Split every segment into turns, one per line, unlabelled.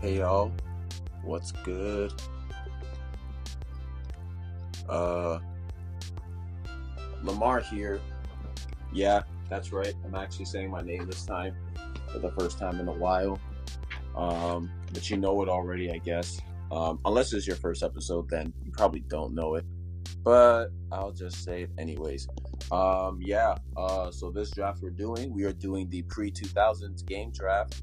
Hey y'all, what's good? Uh, Lamar here. Yeah, that's right. I'm actually saying my name this time for the first time in a while. Um, but you know it already, I guess. Um, unless it's your first episode, then you probably don't know it. But I'll just say it anyways. Um, yeah, uh, so this draft we're doing, we are doing the pre 2000s game draft,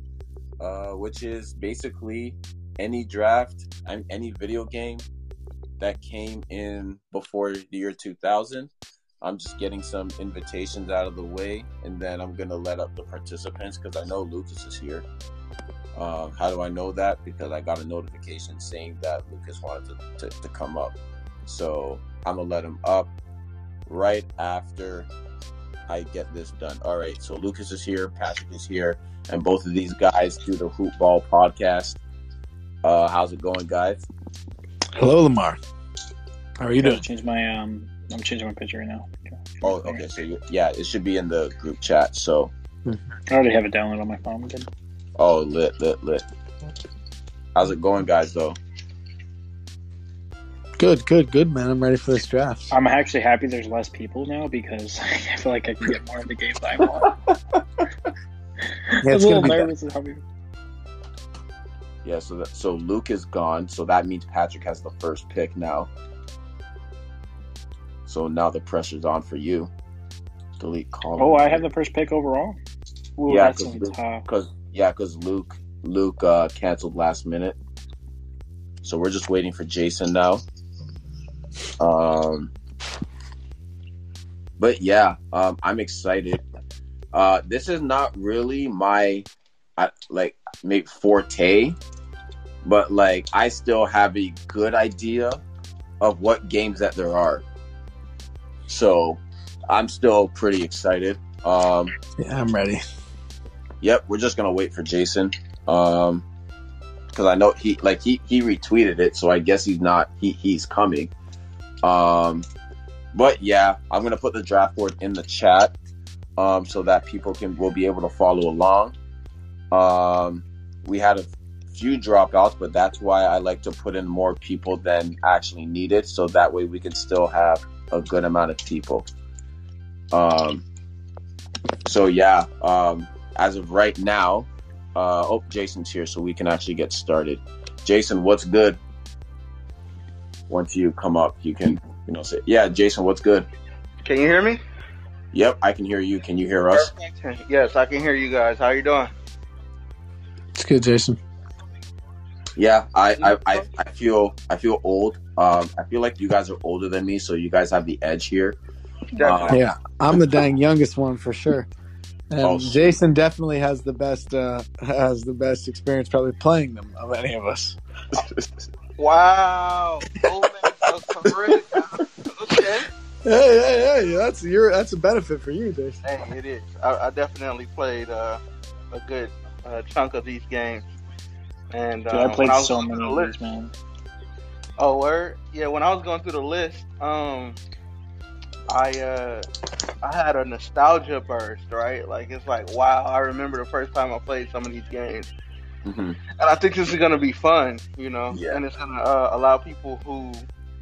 uh, which is basically any draft, I mean, any video game that came in before the year 2000. I'm just getting some invitations out of the way, and then I'm gonna let up the participants because I know Lucas is here. Uh, how do I know that? Because I got a notification saying that Lucas wanted to, to, to come up, so I'm gonna let him up right after I get this done. All right, so Lucas is here, Patrick is here, and both of these guys do the Hoop Ball podcast. Uh, how's it going, guys?
Hello, Lamar. How are you
Gotta
doing?
change my um. I'm changing my picture right now. Okay.
Oh, okay. So you, yeah, it should be in the group chat. So
I already have it downloaded on my phone. Good.
oh, lit, lit, lit. How's it going, guys? Though
Good, good, good, man. I'm ready for this draft.
I'm actually happy there's less people now because I feel like I can get more of the games I want.
Yeah,
I
it's
was a
gonna
little
be bad.
nervous. at how many-
yeah. So that, so Luke is gone. So that means Patrick has the first pick now. So now the pressure's on for you. Delete call.
Oh, I have the first pick overall. Ooh,
Yeah,
that's
'cause
some
Luke-
tough.
because yeah, because Luke Luke uh, canceled last minute. So we're just waiting for Jason now. Um, but yeah, um, I'm excited. Uh, this is not really my I, like maybe forte, but like I still have a good idea of what games that there are. So I'm still pretty excited. Um,
Yeah, I'm ready.
Yep, we're just gonna wait for Jason. Um, because I know he like he he retweeted it, so I guess he's not he he's coming. Um, but yeah, I'm gonna put the draft board in the chat, um, so that people can will be able to follow along. Um, we had a few dropouts, but that's why I like to put in more people than actually needed, so that way we can still have a good amount of people. Um, so yeah, um, as of right now, uh, oh, Jason's here, so we can actually get started. Jason, what's good? Once you come up, you can, you know, say, yeah, Jason, what's good?
Can you hear me?
Yep, I can hear you. Can you hear us?
Yes, I can hear you guys. How you doing?
It's good, Jason.
Yeah, I, I, I, I feel, I feel old. Um, I feel like you guys are older than me, so you guys have the edge here.
Definitely.
Yeah, I'm the dang youngest one for sure. And
Oh, shit.
Jason definitely has the best uh, has the best experience probably playing them of any of us.
Wow. Old man sounds correct. okay.
Hey, hey, hey, that's your that's a benefit for you, Jason.
Hey, it is. I, I definitely played uh, a good uh, chunk of these games. And uh,
Dude, I
when
played
was
so
going
many
through the
of
list,
these, man.
Oh, word. Yeah, when I was going through the list, um, I uh, I had a nostalgia burst, right? Like it's like, wow, I remember the first time I played some of these games.
Mhm.
and I think this is gonna be fun, you know,
Yeah.
and it's gonna uh, allow people who,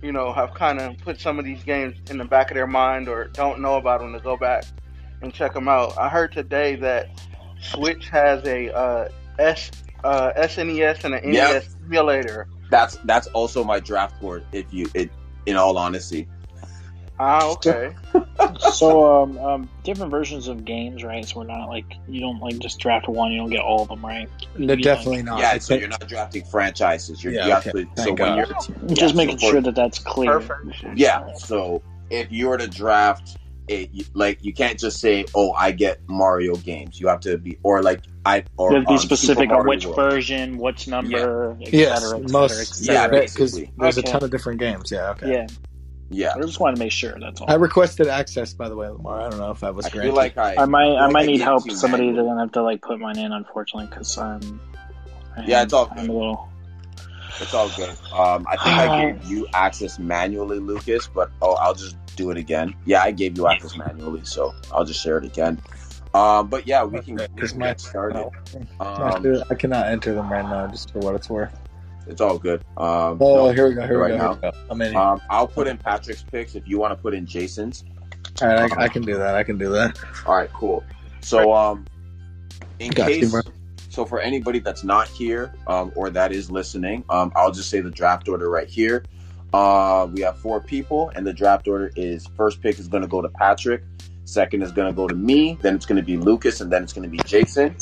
you know, have kind of put some of these games in the back of their mind or don't know about them to go back and check them out. I heard today that Switch has a uh, S uh, SNES and an
Yeah.
NES simulator.
That's that's also my draft board. If you, it, in all honesty,
Ah, okay.
So um, um, different versions of games, right? So we're not like you don't like just draft one, you don't get all of them, right? You
No,
get,
definitely not.
yeah.
It's-
So you're not drafting franchises. You're,
Yeah,
you
okay.
have to, so
Thank
when
God.
you're
Like, just
Yeah,
making
so for-
sure that that's clear.
Perfect.
Yeah. So if you were to draft it, you- like you can't just say, "Oh, I get Mario games." You have to be, or like I, or
You have to be
um, Super
specific on
Mario
which
World.
version, which number, et
Yes,
cetera, et
most-
cetera, et
Yeah,
cetera.
because
basically.
there's
Okay.
a ton of different games. Yeah, okay.
Yeah,
Yeah,
I just want to make sure. That's all.
I requested access, by the way, Lamar. I don't know if that was
I
granted.
feel like I.
I might, I
Like I
might need
gave
help.
you
Somebody
manual.
that I have to like put mine in, unfortunately, because I'm. I
Yeah,
am-
it's all
I'm
good.
a little.
It's all good. Um, I think I gave
uh,
you access manually, Lucas. But oh, I'll just do it again. Yeah, I gave you access manually, so I'll just share it again. Um, but yeah, we can, we
Because
can
my
get started.
no, not
Um,
good. I cannot enter them right now, just for what it's worth.
it's all good. Um,
Oh,
no.
here we go. Here we
right
go.
now.
Here we go. I'm in. here.
um, I'll put in Patrick's picks if you want to put in Jason's.
All right, I, I can do that. I can do that.
All right, cool. So, um, in
Got you,
case,
bro.
so for anybody that's not here um, or that is listening, um, I'll just say the draft order right here. Uh, we have four people, and the draft order is first pick is going to go to Patrick, second is going to go to me, then it's going to be Lucas, and then it's going to be Jason.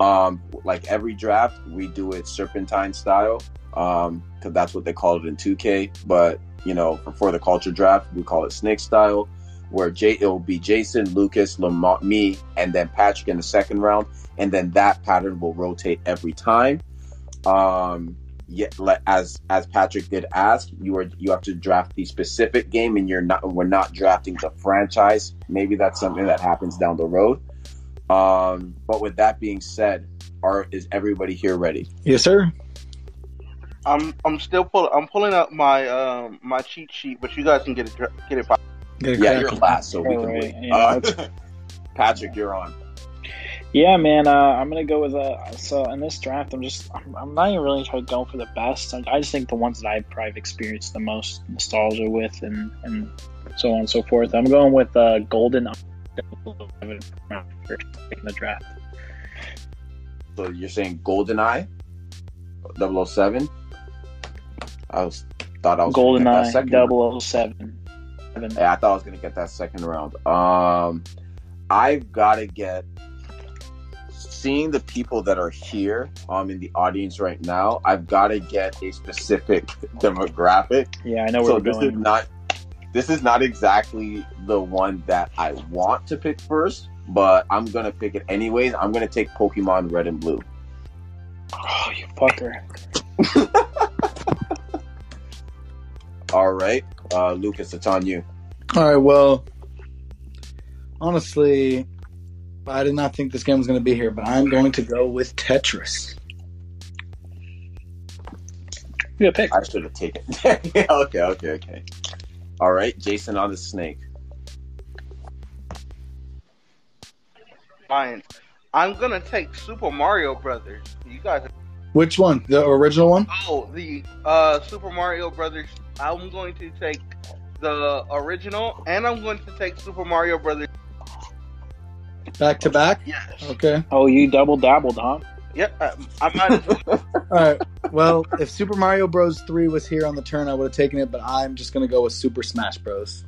Um, like every draft, we do it serpentine style because that's what they call it in 2K. But you know, for, for the culture draft, we call it snake style where Jay it will be Jason, Lucas, Lamont, me, and then Patrick in the second round, and then that pattern will rotate every time. Um, yet, let, as as Patrick did ask, you are you have to draft the specific game, and you're not we're not drafting the franchise. Maybe that's something that happens down the road. Um, but with that being said, are is everybody here ready?
Yes, sir.
I'm I'm still pulling I'm pulling up my um my cheat sheet, but you guys can get it dr- get it by.
Get it
Yeah, you're
cracking.
last, so we can
Alright,
wait.
yeah,
Uh, Patrick, you're on.
Yeah, man. Uh, I'm gonna go with uh. So in this draft, I'm just I'm, I'm not even really trying to go for the best. I, I just think the ones that I've probably experienced the most nostalgia with, and and so on and so forth. I'm going with uh, Golden. First pick in the draft.
So you're saying GoldenEye, 007? I was thought I was gonna get that second round.
GoldenEye 007. Seven.
Yeah, I thought I was gonna get that second round. Um, I've got to get seeing the people that are here um in the audience right now. I've got to get a specific demographic
Yeah, I know where
so
we're
this is
going.
not this is not exactly the one that I want to pick first, but I'm gonna pick it anyways. I'm gonna take Pokemon Red and Blue.
Oh, you fucker!
All right, uh, Lucas, it's on you.
All right. Well, honestly, I did not think this game was going to be here, but I'm going to go with Tetris.
Good pick.
I should have taken. okay, okay, okay. All right, Jason on the snake.
Lions. I'm gonna take Super Mario Brothers. You guys,
Which one? The original one?
oh the uh, Super Mario Brothers. I'm going to take the original, and I'm going to take Super Mario Brothers.
Back to back?
Yes.
Okay.
Oh, you double dabbled, huh?
Yep. I, I might as well.
All right. Well, if Super Mario Bros. 3 was here on the turn, I would have taken it, but I'm just going to go with Super Smash Bros.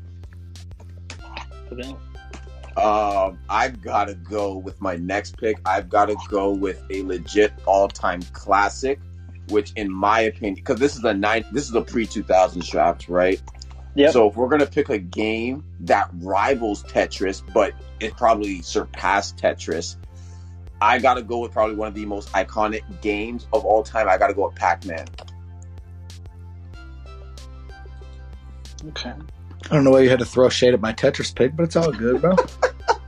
Um, I've got to go with my next pick. I've got to go with a legit all-time classic, which, in my opinion, because this is a nine, this is a pre-2000 draft, right?
Yep.
So if we're gonna pick a game that rivals Tetris, but it probably surpassed Tetris, I gotta go with probably one of the most iconic games of all time. I gotta go with Pac-Man.
Okay.
I don't know why you had to throw shade at my Tetris pick, but it's all good, bro. it's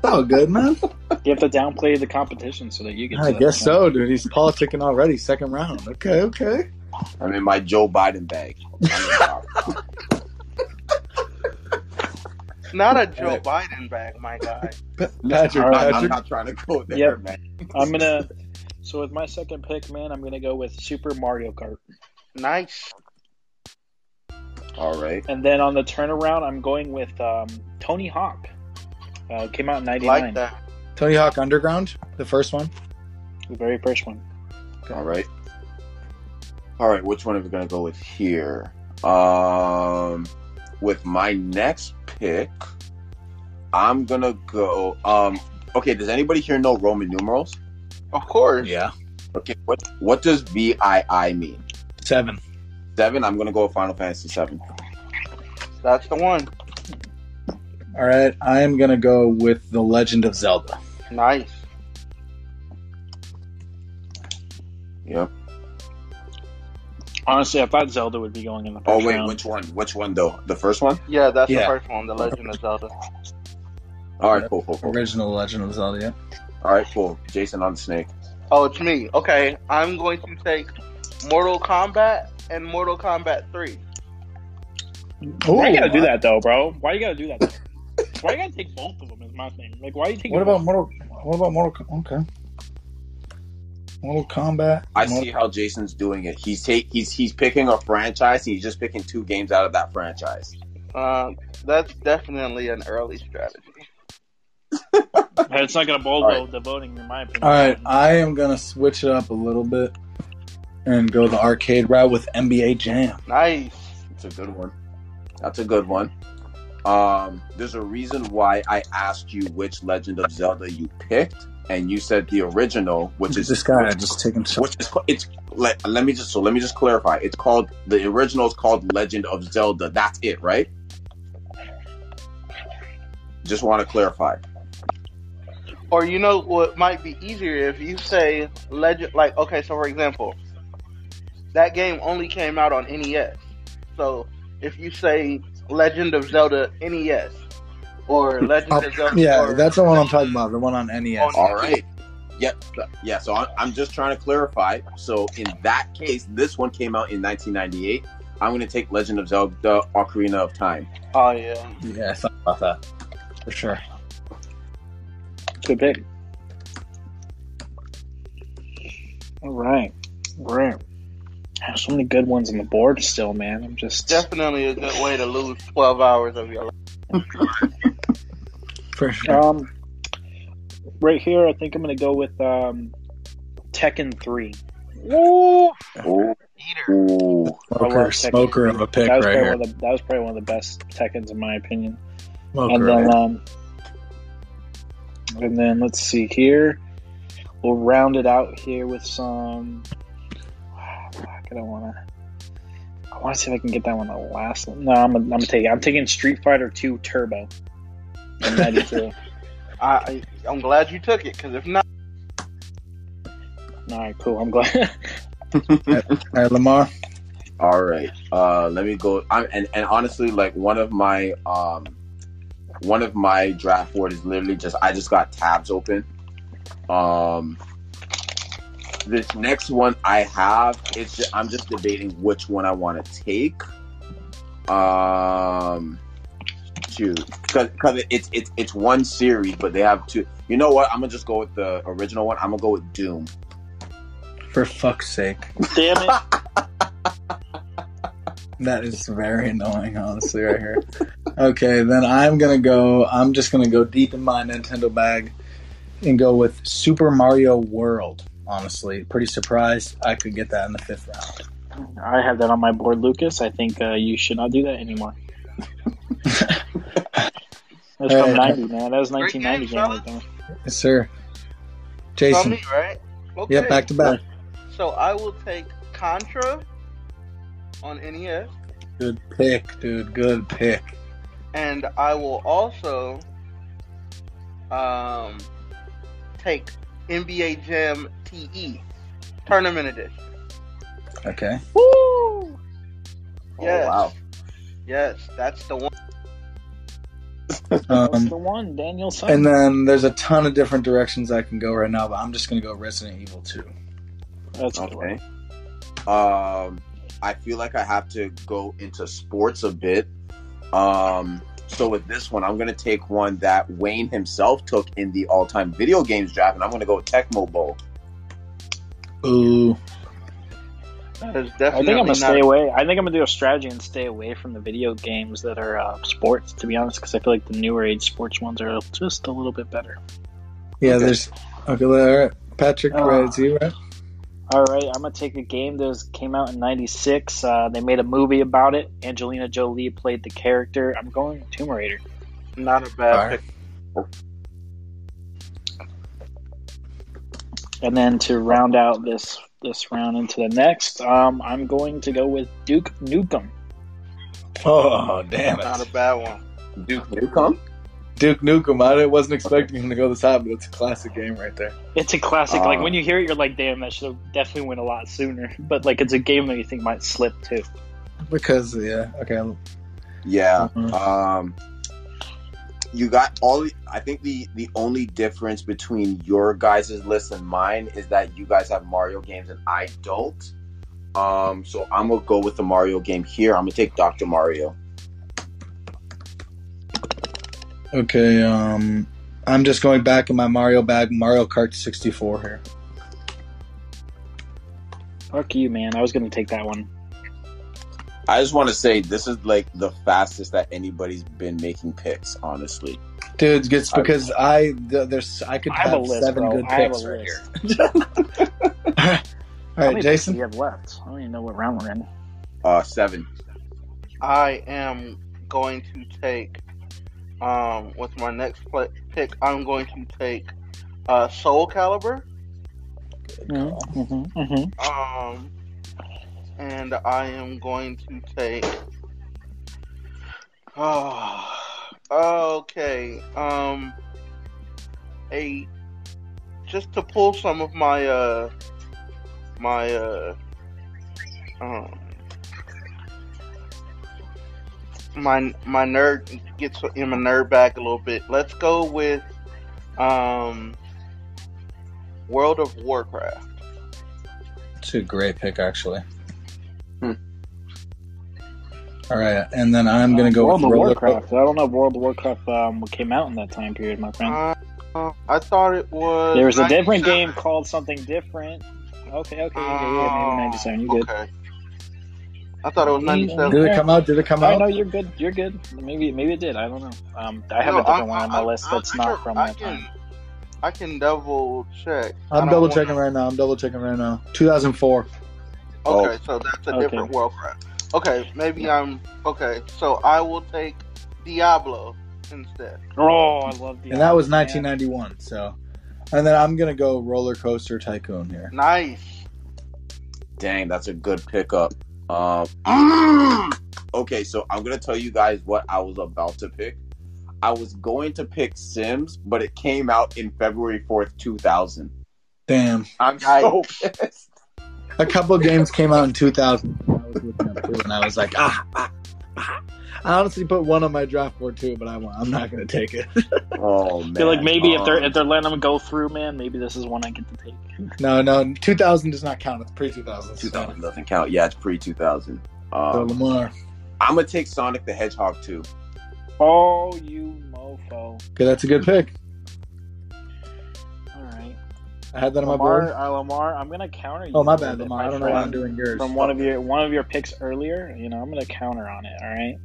all good, man.
You have to downplay the competition so that you get.
I
to-
guess so, dude. He's politicking already. Second round. Okay, okay.
I'm in my Joe Biden bag.
not a Joe Biden bag, my guy.
Patrick,
I'm, not- I'm
Patrick.
not trying to go there,
Yep.
man.
I'm gonna. So with my second pick, man, I'm gonna go with Super Mario Kart,
Nice.
All right.
and then on the turnaround, I'm going with um, Tony Hawk. Uh, came out in
Like
'99,
that.
Tony Hawk Underground, the first one.
the very first one.
All right. All right. Which one are we gonna go with here? Um, with my next pick, I'm gonna go. Um, okay. Does anybody here know Roman numerals?
Of course.
Yeah.
Okay. What What does VII mean?
Seven.
Seven. I'm gonna go with Final Fantasy Seven.
That's the one.
All right. I am going to go with The Legend of Zelda.
Nice.
Yeah.
Honestly, I thought Zelda would be going in the first
Oh wait,
round.
which one? Which one though? The first one?
Yeah, that's
Yeah.
the first one. The Legend of Zelda.
All right. Cool. Cool. Cool.
Original Legend of Zelda, yeah.
All right. Cool. Jason on the snake.
Oh, it's me. Okay, I'm going to take Mortal Kombat and Mortal Kombat 3.
why you gotta do that though, bro? Why you gotta do that? Though? why you gotta take both of them? Is my thing. Like, why you take?
What about Mortal? What about Mortal? Kombat? Okay. Mortal Kombat.
I
Mortal-
see how Jason's doing it. He's take he's he's picking a franchise. He's just picking two games out of that franchise.
Um, that's definitely an early strategy.
It's not going to bowl
All
well with the voting, in my opinion.
All right, I am gonna switch it up a little bit and go the arcade route with NBA Jam.
Nice.
That's a good one. That's a good one. Um, there's a reason why I asked you which Legend of Zelda you picked, and you said the original, which is
this guy just taking shots.
which is it's let, let me just so let me just clarify. It's called the original is called Legend of Zelda. That's it, right? Just want to clarify.
Or you know what might be easier if you say legend like okay, so for example, that game only came out on NES. So if you say Legend of Zelda NES or Legend of Zelda
Yeah,
or-
that's the one I'm talking about. The one on E NES.
On-
All right. Yep. Yeah. So I'm, I'm just trying to clarify. So in that case, this one came out in 1998. I'm going to take Legend of Zelda: Ocarina of Time.
Oh yeah.
Yeah, I thought about that for sure.
Good pick. All right. Right. There's so many good ones on the board still, man. I'm just.
Definitely a good way to lose twelve hours of your life.
For sure.
Um, right here, I think I'm going to go with um, Tekken 3.
Woo!
Ooh.
Eater.
Ooh.
Smoker,
Tekken
smoker of a pick
that was,
right
probably
here.
one of the, that was probably one of the best Tekkens, in my opinion.
Smoker.
and
right
then,
here.
um, and then let's see here. We'll round it out here with some. Fuck, I don't want to. I want to see if I can get that one the last one. No, I'm gonna, I'm gonna take it. I'm taking Street Fighter Two Turbo. from 92.
I, I I'm glad you took it because if not,
All right, cool. I'm glad.
All right, Lamar.
All right. Uh, let me go. I'm, and and honestly, like one of my um, one of my draft board is literally just I just got tabs open. Um, this next one I have, it's just, I'm just debating which one I want to take. Um, two because it's it's it's one series, but they have two. You know what? I'm gonna just go with the original one. I'm gonna go with Doom.
For fuck's sake,
Damn it!
that is very annoying. Honestly, right here. Okay, then I'm gonna go. I'm just gonna go deep in my Nintendo bag and go with Super Mario World. Honestly, pretty surprised I could get that in the fifth round.
I have that on my board, Lucas. I think uh, you should not do that anymore. That's
Hey.
from '90, man. That was
Great game,
1990 game right there.
Yes, sir.
it's
Jason.
on me, right? Okay.
Yeah, back to back.
So I will take Contra on E NES.
Good pick, dude. Good pick.
and I will also um, take NBA Jam TE Tournament Edition.
Okay.
Woo!
Yes.
Oh wow.
Yes, that's the one.
That's
Um,
the one, Daniel. Son.
and then there's a ton of different directions I can go right now, but I'm just gonna go Resident Evil 2.
That's
Okay. Um, I feel like I have to go into sports a bit. Um, so with this one, I'm gonna take one that Wayne himself took in the all-time video games draft, and I'm gonna go Tecmo Bowl.
Ooh.
That is
I think I'm
definitely
gonna
not.
stay away. I think I'm gonna do a strategy and stay away from the video games that are uh, sports. To be honest, because I feel like the newer age sports ones are just a little bit better.
Yeah,
Okay.
there's okay, all right. Patrick,
Uh,
right, it's you, right?
All right, I'm gonna take a game that was, came out in '96. Uh, they made a movie about it. Angelina Jolie played the character. I'm going with Tomb Raider.
Not a bad
Alright.
pick.
And then to round out this this round into the next, um, I'm going to go with Duke Nukem.
Oh damn
Not a bad one.
Duke Nukem.
Duke Nukem. I didn't- wasn't expecting him to go this high, but it's a classic game right there.
It's a classic. like
Uh.
when you hear it, you're like, "Damn, that should have definitely went a lot sooner." But like, it's a game that you think might slip too.
Because yeah, okay.
Yeah.
Mm-hmm.
Mhm.
Um, you got all. I think the the only difference between your guys' list and mine is that you guys have Mario games and I don't. Um, so I'm gonna go with the Mario game here. I'm gonna take Dr. Mario.
Okay, um I'm just going back in my Mario bag, Mario Kart 64 here.
Fuck you, man. I was gonna take that one.
I just want to say this is like the fastest that anybody's been making picks, honestly.
Dude, it's because I th- there's I could
I have
have,
a list,
seven
bro.
good
I have a
picks right
list.
here. All
How
right,
many picks do
Jason.
you have left? I don't even know what round we're in.
Uh, seven.
I am going to take um with my next pla pick. I'm going to take uh Soul Calibur.
Mm-hmm, mm-hmm.
Um, and I am going to take. Oh, okay. Um, a just to pull some of my uh my uh um my my nerd gets in my nerd back a little bit. Let's go with um World of Warcraft.
It's a great pick, actually.
Hmm.
All right, and then I'm gonna go
Uh, World
with
of
roller
Warcraft. I don't know if World of Warcraft um, came out in that time period, my friend.
Uh, I thought it was.
there was a different
97.
game called something different. Okay, okay, okay, yeah,
Oh,
maybe ninety-seven. You good?
Okay. I thought it was
Yeah.
97.
Did it come out? Did it come
I know
out?
Oh, you're good. You're good. Maybe maybe it did. I don't know. Um, I have
No,
a different
I-
one on my
I-
list
I-
that's
I
not
can-
from
I
that
can-
time.
I can double check. I
I'm
don't
double
want-
checking right now. I'm double checking right now. 2004.
Okay, so that's a
Okay.
different world crap. Okay, maybe I'm. Okay, so I will take Diablo instead.
Oh, I love the.
and that was 1991. So, and then I'm gonna go roller coaster tycoon here.
Nice.
Dang, that's a good pickup. Um, mm, okay, so I'm gonna tell you guys what I was about to pick. I was going to pick Sims, but it came out in February 4th, 2000.
Damn,
I'm so pissed.
a couple games came out in 2000, I was looking up too, and I was like, ah, ah, ah. I honestly put one on my draft board too, but I won't. I'm not gonna take it.
Oh man.
I feel like maybe if they're
Um,
if they're letting them go through, man, maybe this is one I get to take.
No, no, 2000 does not count. It's pre 2000.
2000 Um, doesn't count. Yeah, it's pre 2000.
So
Um,
Lamar,
I'm gonna take Sonic the Hedgehog too.
Oh, you mofo!
okay, that's a good pick.
All right,
I had that on my
Lamar,
board.
uh, Lamar, I'm gonna counter you.
Oh, my
a little
bad,
bit,
Lamar.
my
I don't know why I'm
friend.
doing yours.
from one of your one of your picks earlier. You know, I'm gonna counter on it. All right,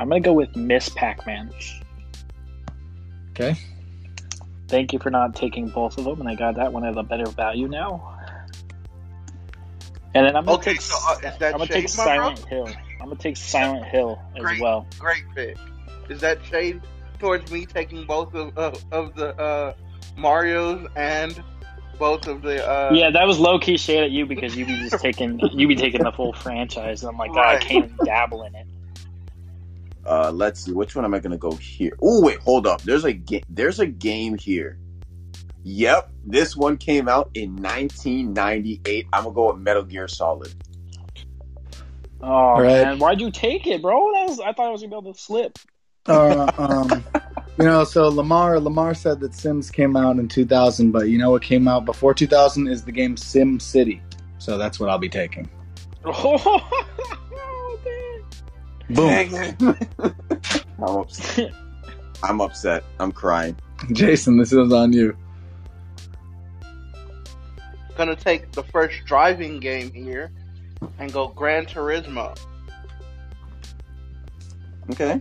I'm gonna go with Miss Pac-Man.
Okay.
Thank you for not taking both of them, and I got that one at a better value now. And then I'm gonna
Okay,
take
so uh, is that
I'm gonna
Shade,
take
my bro?
Silent Hill. I'm gonna take Silent Hill as
Great.
well.
Great pick. Is that Shade towards me taking both of, of, of the uh, Mario's and both of the. Uh,
yeah, that was low key shade at you because you be just taking you be taking the full franchise, and I'm like, "Ah, I
Right.
can't even dabble in it.
Uh, let's see, which one am I gonna go here? Oh wait, hold up. There's a ga- there's a game here. Yep, this one came out in 1998. I'm gonna go with Metal Gear Solid.
Oh
right.
man, why'd you take it, bro? That was, I thought I was gonna be able to slip.
uh, um, you know, so Lamar Lamar said that Sims came out in 2000, but you know what came out before 2000 is the game Sim City. So that's what I'll be taking.
Oh, man.
Boom.
I'm upset. I'm upset. I'm crying.
Jason, this is on you.
gonna take the first driving game here and go Gran Turismo.
Okay.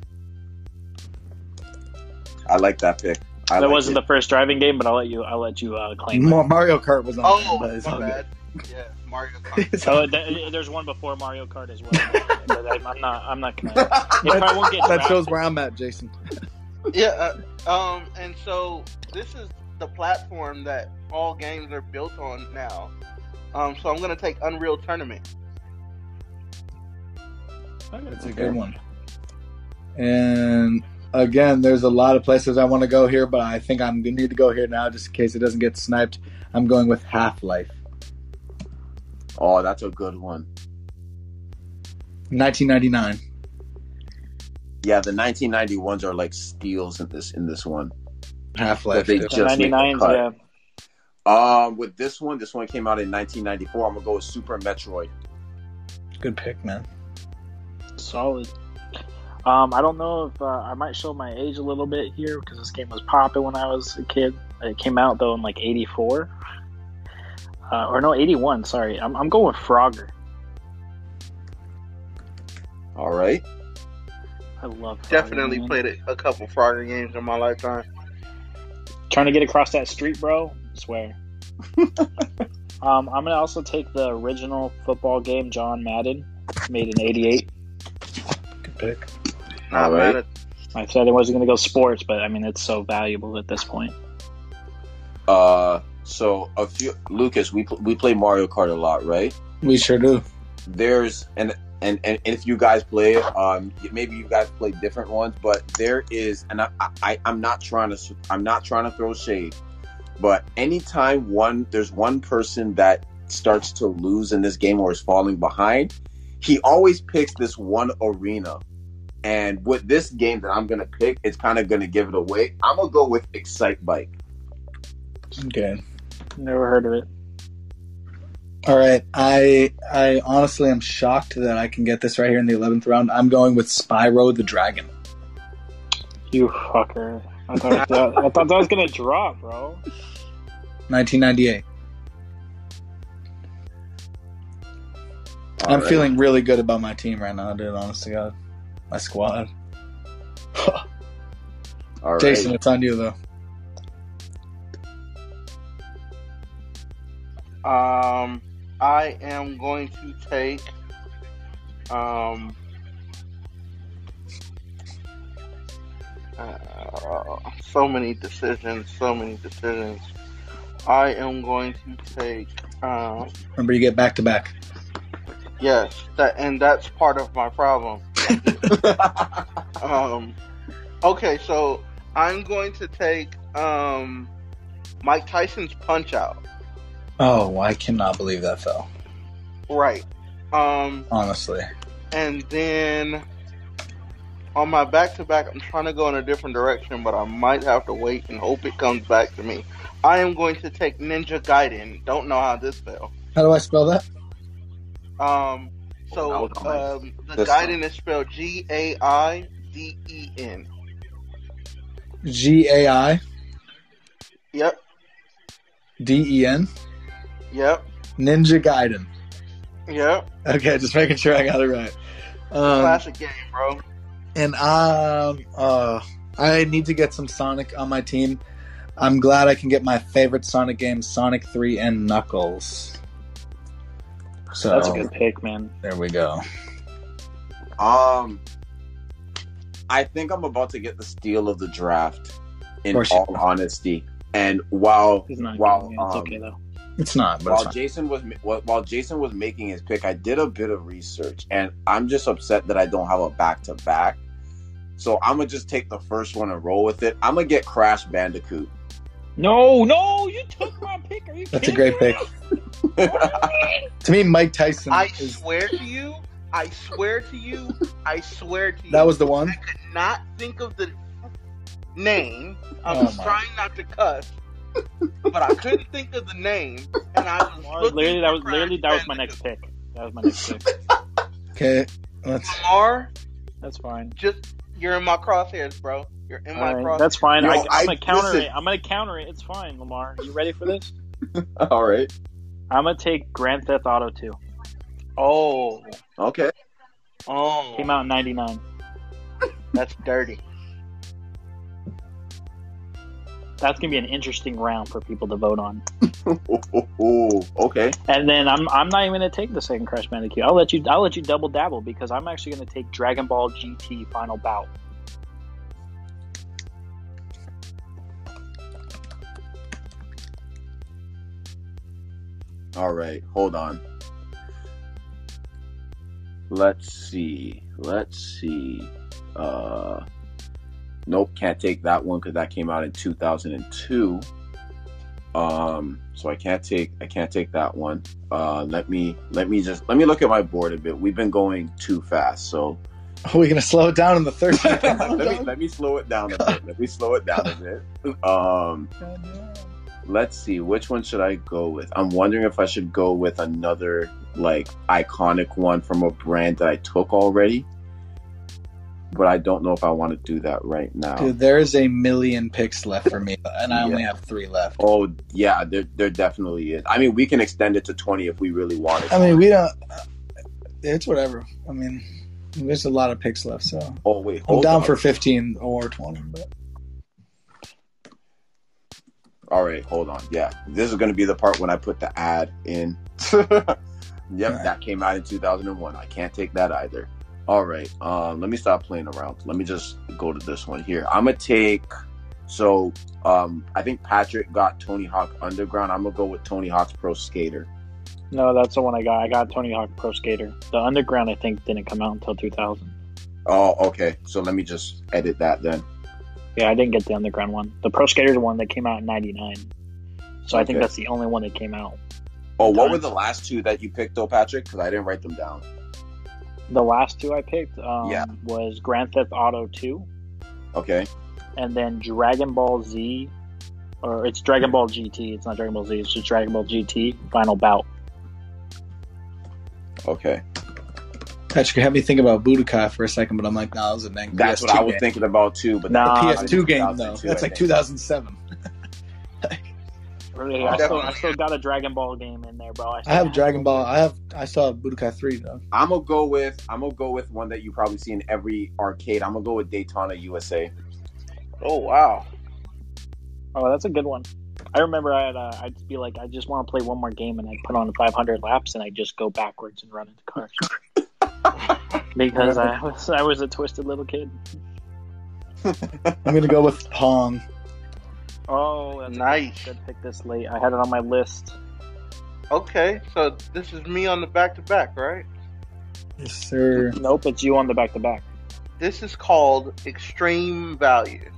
I like that pick. I
that
like
wasn't
it.
the first driving game, but I'll let you. I'll let you uh, claim.
Ma- Mario Kart was on,
Oh,
oh, but it's
my
all
bad.
good.
Yeah, Mario Kart.
It's all-
Oh, th- there's one before Mario Kart as well. but I'm I'm not. I'm not gonna. It probably won't get
that shows
drafted.
where I'm at, Jason.
yeah. Uh, um, and so this is the platform that all games are built on now. Um, so I'm gonna take Unreal Tournament.
That's
Okay.
a good one. And again, there's a lot of places I want to go here, but I think I'm gonna need to go here now just in case it doesn't get sniped. I'm going with Half Life.
Oh, that's a good one.
1999.
Yeah, the 1991s are like steals in this in this one.
Half Life.
But they
The
just make the
99s,
cut.
yeah.
Um, with this one, this one came out in 1994. I'm gonna go with Super Metroid.
Good pick, man.
Solid. Um, I don't know if uh, I might show my age a little bit here because this game was popping when I was a kid. It came out though in like '84 uh, or no '81. Sorry, I'm, I'm going with Frogger.
All right.
I love
Oh,
Frogger,
Definitely
man.
played a, a couple Frogger games in my lifetime.
Trying to get across that street, bro. Swear. um, I'm gonna also take the original football game, John Madden, made in '88.
Good pick.
Not
All right.
mad at
I said I wasn't gonna go sports, but I mean it's so valuable at this point.
Uh, so a few Lucas, we pl- we play Mario Kart a lot, right?
We sure do.
There's and and and if you guys play, um, maybe you guys play different ones, but there is, and I, I I'm not trying to s- I'm not trying to throw shade, but anytime one there's one person that starts to lose in this game or is falling behind, he always picks this one arena. And with this game that I'm gonna pick, it's kind of gonna give it away. I'm gonna go with Excite Bike.
Okay.
Never heard of it.
All right. I I honestly am shocked that I can get this right here in the eleventh round. I'm going with Spyro the Dragon.
You fucker. I thought that, I thought that was gonna drop, bro.
1998. I'm
All right.
feeling really good about my team right now, dude. Honest to God, my squad.
All right.
Jason, it's on you though.
it. Um, I am going to take. Um, uh, so many decisions, so many decisions. I am going to take. Um,
Remember, you get back to back.
Yes, that and that's part of my problem. um, okay, so I'm going to take um, Mike Tyson's Punch Out.
Oh, I cannot believe that fell.
Right. Um,
Honestly,
and then on my back to back, I'm trying to go in a different direction, but I might have to wait and hope it comes back to me. I am going to take Ninja Gaiden. Don't know how this fell.
how do I spell that?
Um,
Oh,
so
that was on
um, the
This one.
Gaiden is spelled G A I D E N.
G A I
Yep.
D E N.
Yep.
Ninja Gaiden.
Yeah,
Okay, just making sure I got it right. Um,
classic game, bro.
and um, uh, I need to get some Sonic on my team. I'm glad I can get my favorite Sonic game, Sonic 3 and Knuckles. So
That's a good pick, man.
there we go.
Um, I think I'm about to get the steal of the draft. In
Of course you
all honesty, and while
He's not
Wow,
good, man. It's
um,
okay though.
It's not, but it's
while
fine.
Jason was ma- while while Jason was making his pick, I did a bit of research, and I'm just upset that I don't have a back to back. So I'm gonna just take the first one and roll with it. I'm gonna get Crash Bandicoot.
No, no, you took my pick. Are you
That's a great pick. to me, Mike Tyson.
I
is,
swear to you, I swear to you, I swear to you.
that was the one.
not think of the name. I
Oh
was
my.
trying not to cuss, but I couldn't think of the name, and I was looking
Literally, that
for
was literally that
Crash
was my next
Bandicoot.
pick. That was my next pick.
Okay, let's.
Lamar,
That's fine.
just you're in my crosshairs, bro. You're in my
All right,
crosshairs.
that's fine.
Yo,
I, I'm
I-
gonna counter
listen.
it. I'm gonna counter it. It's fine, Lamar. You ready for this?
all right.
I'm gonna take Grand Theft Auto 2.
oh,
Okay.
oh,
Came out in '99.
that's dirty.
That's gonna be an interesting round for people to vote on.
okay.
And then I'm I'm not even gonna take the second Crash Bandicoot. I'll let you I'll let you double dabble because I'm actually gonna take Dragon Ball GT Final Bout.
All right, hold on. Let's see. Let's see. Uh, nope, can't take that one because that came out in 2002. Um, so I can't take I can't take that one. Uh, let me let me just let me look at my board a bit. We've been going too fast, so
Are we gonna slow it down in the third?
let me let me slow it down a bit. Let me slow it down a bit. Um, let's see which one should i go with i'm wondering if i should go with another like iconic one from a brand that i took already but I don't know if I want to do that right now.
Dude, there's a million picks left for me, and I
Yeah.
only have three left.
Oh yeah, there there definitely is. I mean, we can extend it to twenty if we really wanted.
I mean, we don't. It's whatever. I mean, there's a lot of picks left, so
oh wait,
I'm
hold
down
on.
for 15 or 20. But
All right, hold on. Yeah, this is going to be the part when I put the ad in. yep, that came out in 2001. I can't take that either. All right, um, let me stop playing around. Let me just go to this one here. I'm gonna take. So um, I think Patrick got Tony Hawk Underground. I'm gonna go with Tony Hawk's Pro Skater.
No, that's the one I got. I got Tony Hawk Pro Skater. The Underground, I think, didn't come out until 2000.
Oh, okay. So let me just edit that then.
Yeah, I didn't get the Underground one. The Pro Skater is the one that came out in 99. So I think
Okay.
that's the only one that came out.
Oh, what were the last two that you picked though, Patrick? Because I didn't write them down.
The last two I picked um,
Yeah.
was Grand Theft Auto 2
Okay.
and then Dragon Ball Z. Or it's Dragon Ball GT. It's not Dragon Ball Z. It's just Dragon Ball GT Final Bout.
Okay.
Patrick, you had me think about Budokai for a second, but I'm like, nah, that was a dang
That's
PS2
what I was
game.
thinking about too. But
Nah.
The
Ah,
PS2 game, though. That's
I
like
think.
2007.
Really,
I
I, still,
definitely-
I still got a Dragon Ball game in there, bro.
I have Dragon Ball. I have. I saw Budokai 3, though.
I'm gonna go with I'm gonna go with one that you probably see in every arcade. I'm gonna go with Daytona USA.
Oh wow.
Oh, that's a good one. I remember I'd uh, I'd be like, I just want to play one more game, and I put on 500 laps, and I just go backwards and run into cars because I was I was a twisted little kid.
I'm going to go with Pong.
Oh, that's
Nice.
A good, good pick this late. I had it on my list.
Okay, so this is me on the back to back, right?
Yes, sir.
Nope, it's you on the back to back.
This is called extreme value.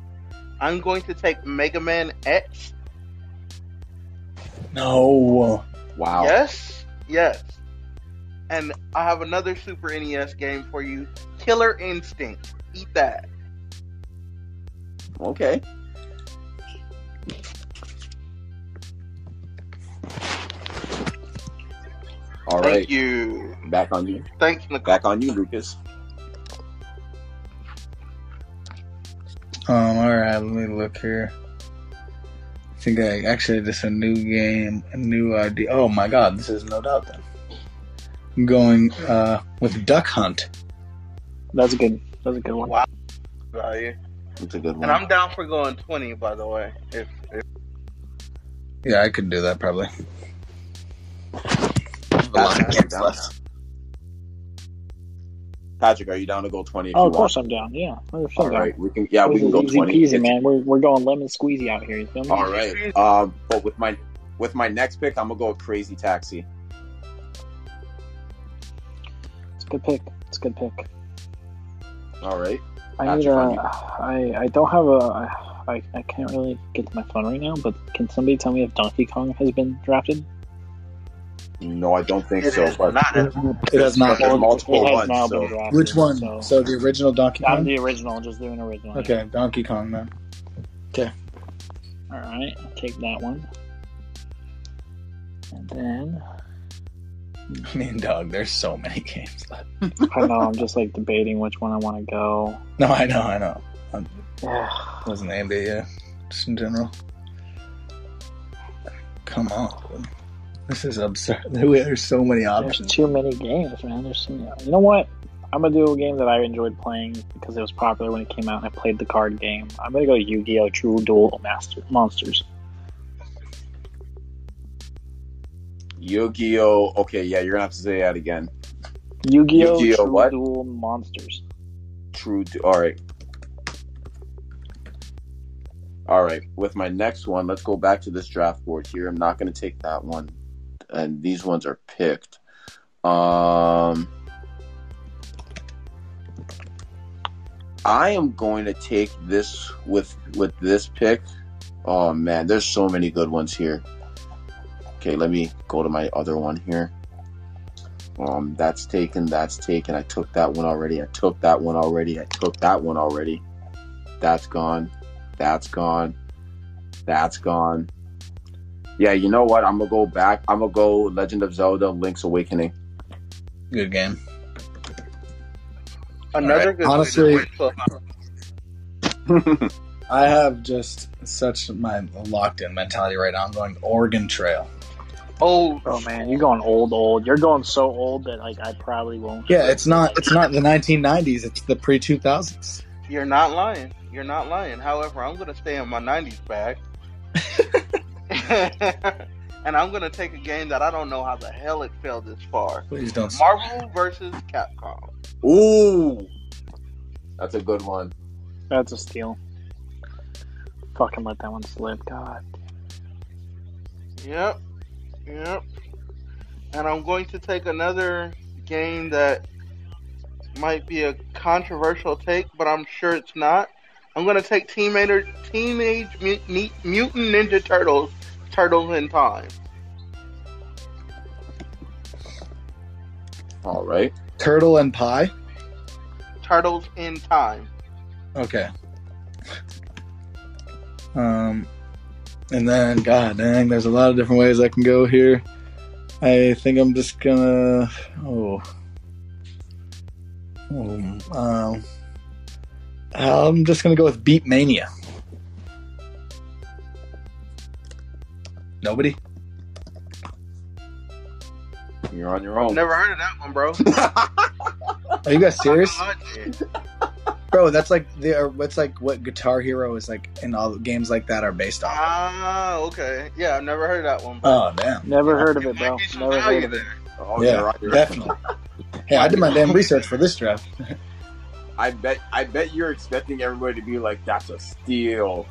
I'm going to take Mega Man X.
No.
Wow.
Yes, yes. And I have another Super NES game for you, Killer Instinct. Eat that.
Okay. All
Thank
right.
you.
Back on you.
Thanks, Nicole.
Back on you, Lucas.
Um, all right, let me look here. I think I actually just a new game, a new idea. Oh my god, this is no doubt then. I'm going uh, with Duck Hunt.
That's a good. That's a good one.
Wow. Value.
That's a good one.
And I'm down for going 20, by the way. If, if
Yeah, I could do that probably.
Patrick, are you down? Patrick, are you down to go twenty? If
Oh,
you
of course
Want?
I'm down. Yeah, I'm
All right, we can. Yeah, we can go
easy
twenty.
peasy, man. We're, we're going lemon squeezy out here. You feel me?
All right. Um, but with my with my next pick, I'm gonna go with Crazy Taxi.
It's a good pick. It's a good pick.
All right.
I
Not
need
your
a,
phone, you-
I, I don't have a. I, I can't really get to my phone right now, but can somebody tell me if Donkey Kong has been drafted?
No, I don't think
it
so.
is
But
not a
It has not.
There are multiple
it has
ones,
now
so-
been drafted.
Uh, Which one?
So,
So the original Donkey
I'm
Kong.
the original. Just doing original.
Okay, Donkey Kong then.
All right. I'll take that one. And then
I mean, dog, there's so many games left.
I don't know. I'm just like debating which one I want to go.
No, I know, I know.
Ugh.
Wasn't aimed at you, just in general. Come on, this is absurd. There's so many
There's
options.
too many games, man. There's too many. You know what? I'm gonna do a game that I enjoyed playing because it was popular when it came out, and I played the card game. I'm gonna go Yu-Gi-Oh! True Duel Master Monsters.
Yu-Gi-Oh. Okay, yeah, you're gonna have to say that again.
Yu-Gi-Oh!
Yu-Gi-Oh!
True
what?
Duel Monsters.
True. d- All right. All right. With my next one, let's go back to this draft board here. I'm not gonna take that one, and these ones are picked. Um, I am going to take this with with this pick. Oh man, there's so many good ones here. Okay, let me go to my other one here. Um, that's taken, that's taken. I took that one already. I took that one already. I took that one already. That's gone. That's gone. That's gone. Yeah, you know what? I'm gonna go back. I'm gonna go Legend of Zelda: Link's Awakening.
Good game.
Another good
Honestly-
way to put Clubhouse.
I have just such my locked in mentality right now. I'm going Oregon Trail.
old
Oh man, you're going old, old. You're going so old that like I probably won't.
Yeah, it's not it's not the 1990s. It's the pre 2000s.
You're not lying. You're not lying. However, I'm going to stay in my 90s bag. and I'm going to take a game that I don't know how the hell it fell this far.
Please don't. s-
Marvel versus Capcom.
Ooh, that's a good one.
That's a steal. Fucking let that one slip. God.
Yep. Yep. And I'm going to take another game that might be a controversial take, but I'm sure it's not. I'm going to take Teenage, teenage Mut- Mut- Mutant Ninja Turtles, Turtles in Time.
All right.
Turtle and pie.
Turtles in Time.
Okay. Um, and then God dang, there's a lot of different ways I can go here. I think I'm just gonna oh, oh um, I'm just gonna go with Beat Mania. Nobody.
You're on
Oh.
your own.
Never heard of that one, bro.
Are you guys serious,
Fucking legend.
bro? That's like the that's like what Guitar Hero is like, and all games like that are based on.
Ah, okay. Yeah, I've never heard of that one.
Oh damn!
Never heard of
There
it,
might
Uh, bro.
be some
Never
value
heard of it.
there.
Oh,
yeah,
you're on your own.
definitely. hey, I did my damn research for this draft.
I bet. I bet you're expecting everybody to be like, "That's a steal."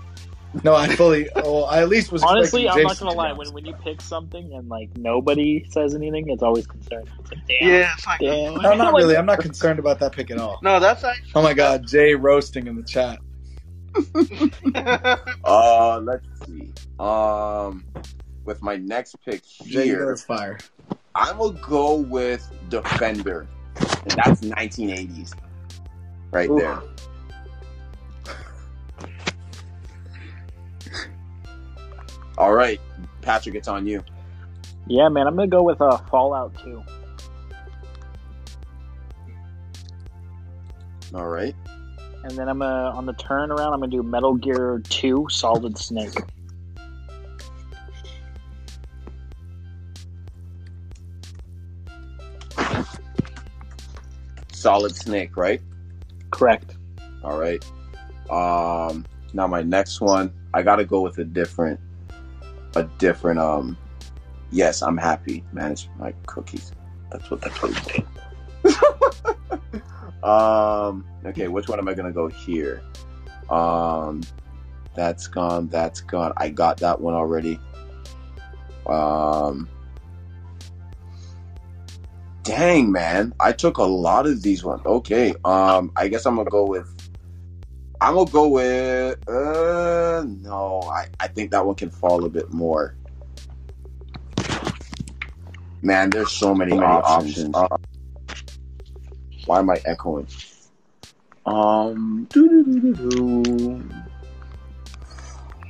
No, I fully. Well, I at least was.
Honestly,
expecting
I'm not
Jason
gonna lie.
be
When
honest.
when you pick something and like nobody says anything, it's always concerning. It's like, damn.
Yeah, it's like.
Damn.
No, not really. I'm not concerned about that pick at all.
No, that's actually.
Oh my God, Jay roasting in the chat.
Uh, let's see. Um, with my next pick
Jay,
here,
you're fire.
I'm gonna go with Defender, and that's 1980s, right
Ooh.
there. All right, Patrick, it's on you.
Yeah, man. I'm gonna go with uh, Fallout 2.
All right,
and then I'm gonna on the turnaround. I'm gonna do Metal Gear Two: Solid Snake.
Solid Snake, right?
Correct.
All right. Um, now my next one, I gotta go with a different, a different. Um, yes, I'm happy. Manage my cookies. That's what that's what. It's called. um. Okay, which one am I gonna go here? Um, that's gone. That's gone. I got that one already. Um. Dang man, I took a lot of these ones. Okay, um, I guess I'm gonna go with I'm gonna go with uh no, I, I think that one can fall a bit more. Man, there's so many, options. Uh, why am I echoing? Um doo-doo-doo-doo-doo.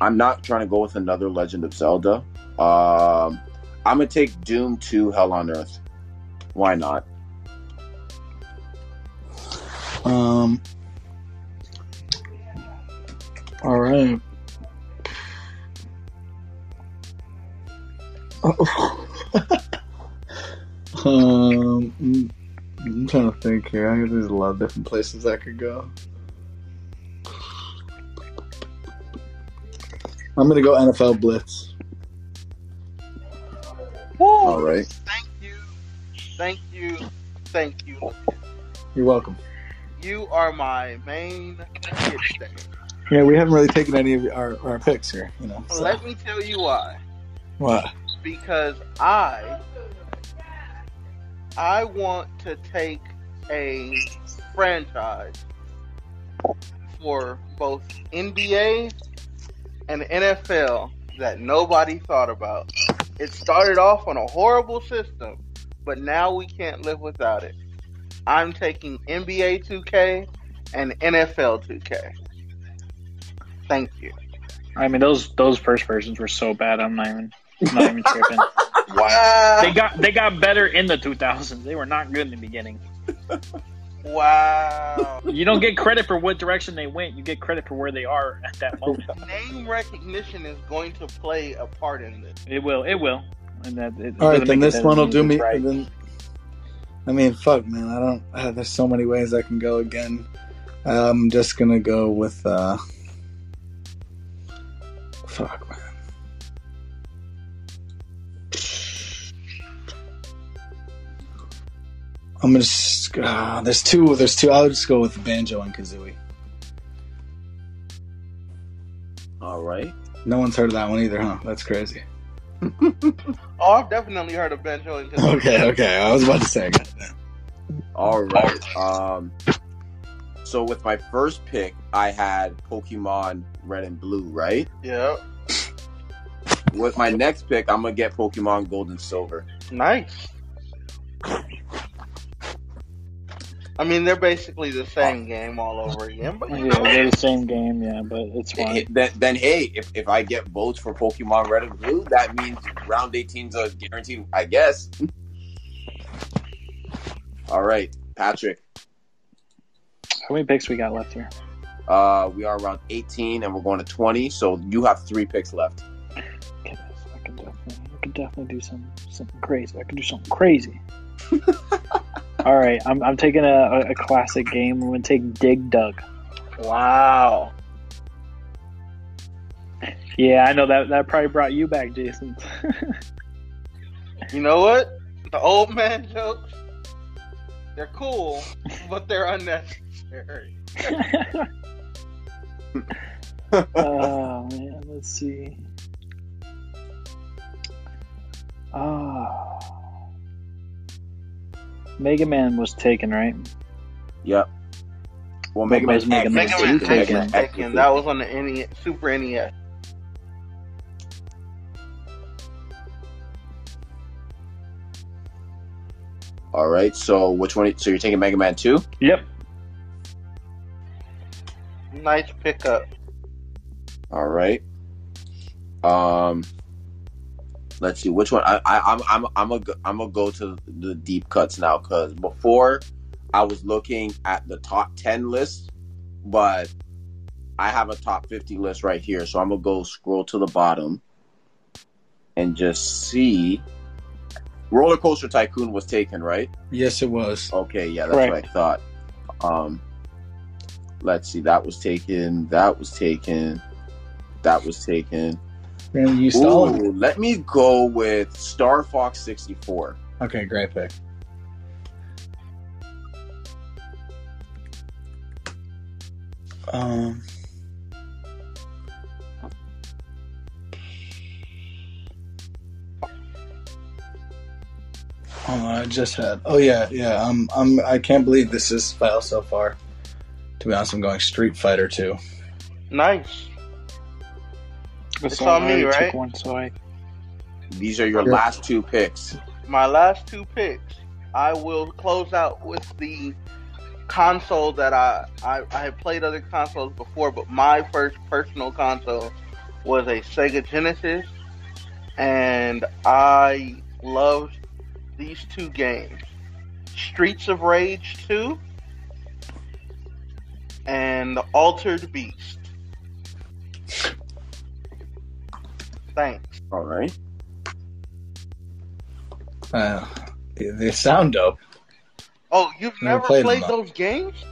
I'm not trying to go with another Legend of Zelda. Um I'm gonna take Doom 2 Hell on Earth. Why not?
Um. All right. Oh. um, mm, I'm trying to think here. I think there's a lot of different places I could go. I'm gonna go NFL Blitz.
Woo!
All right.
Thank you. Thank you. Thank you.
You're welcome.
You are my main kid today.
Yeah, we haven't really taken any of our, our picks here. You know. so-
Let me tell you why.
What?
Because I. I want to take a franchise for both NBA and NFL that nobody thought about. It started off on a horrible system, but now we can't live without it. I'm taking NBA 2K and NFL 2K. Thank you.
I mean, those those first versions were so bad. I'm not even I'm not even tripping.
Wow.
They got they got better in the 2000s. They were not good in the beginning.
Wow.
You don't get credit for what direction they went. You get credit for where they are at that moment.
Name recognition is going to play a part in this.
It will. It will. And that, it,
All right, then
doesn't make it
this
better
one will
than
do me.
right.
Then, I mean, fuck, man. I don't. Uh, there's so many ways I can go again. I'm just gonna go with. uh Fuck, man. I'm gonna. s- Uh, there's two. There's two. I'll just go with banjo and kazooie.
All right.
No one's heard of that one either, huh? That's crazy.
Oh, I've definitely heard of banjo and kazooie.
Okay, okay. I was about to say. goddamn.
All right. Um, so with my first pick, I had Pokemon Red and Blue, right?
Yeah.
With my next pick, I'm gonna get Pokemon Gold and Silver.
Nice. I mean, they're basically the same game all over again, but you
Yeah,
know,
they're the same game. Yeah, but it's fine.
Then, then hey, if, if I get votes for Pokemon Red and Blue, that means round 18's a guarantee, I guess. All right, Patrick.
How many picks we got left here?
Uh, we are around 18 and we're going to 20, so you have three picks left.
Okay, so I could definitely, I could definitely do some something crazy. I could do something crazy. All right, I'm, I'm taking a, a, a classic game. I'm gonna take Dig Dug.
wow.
Yeah, I know that that probably brought you back, Jason.
You know what? The old man jokes, they're cool, but they're unnecessary.
oh man, let's see. Ah, Mega Man was taken, right?
Yep. Well, Mega
Nobody's
Man's
Mega Man.
X.
Mega
Taken.
Man Taken,
X is
Taken,
taken.
that was on the NES, Super E NES.
All right. So which one? So you're taking Mega Man two?
Yep.
Nice pickup.
All right. Um, let's see which one. I, I I'm I'm I'm a go- I'm gonna go to the deep cuts now because before I was looking at the top ten list, but I have a top fifty list right here, so I'm gonna go scroll to the bottom and just see. Roller Coaster Tycoon was taken, right?
Yes, it was.
Okay, yeah, that's what I
Correct.
thought. Um, let's see, that was taken. That was taken. That was taken.
Man, you stole. it.
Ooh, let me go with Star Fox 64.
Okay, great pick. Um, oh, I just had. Oh yeah, yeah. I'm. I'm. I can't believe this is file so far. To be honest, I'm going Street Fighter Two.
Nice. It's
So I
on me,
already took
right?
One, so I,
These are your
Yeah.
last two picks.
My last two picks, I will close out with the console that I, I, I had played other consoles before, but my first personal console was a Sega Genesis, and I loved these two games Streets of Rage 2 and Altered Beast. Thanks.
All right.
Uh, they, they sound dope.
Oh, you've
Never
never
played
played,
them, though.
those games?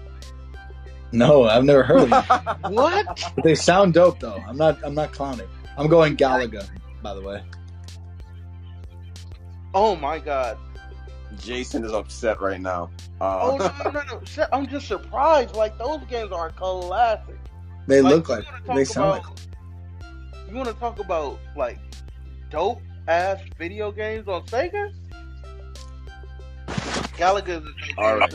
No, I've never heard of them.
What?
But they sound dope though. I'm not. I'm not clowning. I'm going Galaga. By the way,
Oh my god.
Jason is upset right now.
Oh
Uh,
no, no, no, no. Shit, I'm just surprised. Like those games are classic.
they look like.
you wanna talk
They sound like.
about- You want to talk about like dope ass video games on Sega? Galaga.
All right.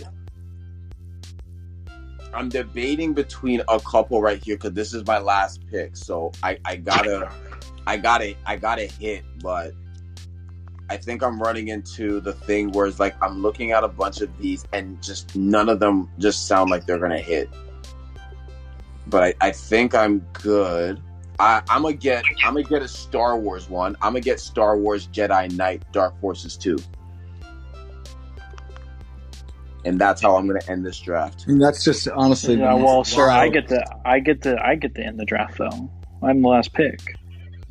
I'm debating between a couple right here because this is my last pick, so I, I gotta, I gotta, I gotta hit. But I think I'm running into the thing where it's like I'm looking at a bunch of these and just none of them just sound like they're gonna hit. But I, I think I'm good. I, I'm gonna get, I'm gonna get a Star Wars one. I'm gonna get Star Wars Jedi Knight Dark Forces two. and that's how I'm going to end this draft.
And that's just honestly.
Yeah,
been
well, sir, I
wild.
get to, I get to, I get to end the draft though. I'm the last pick,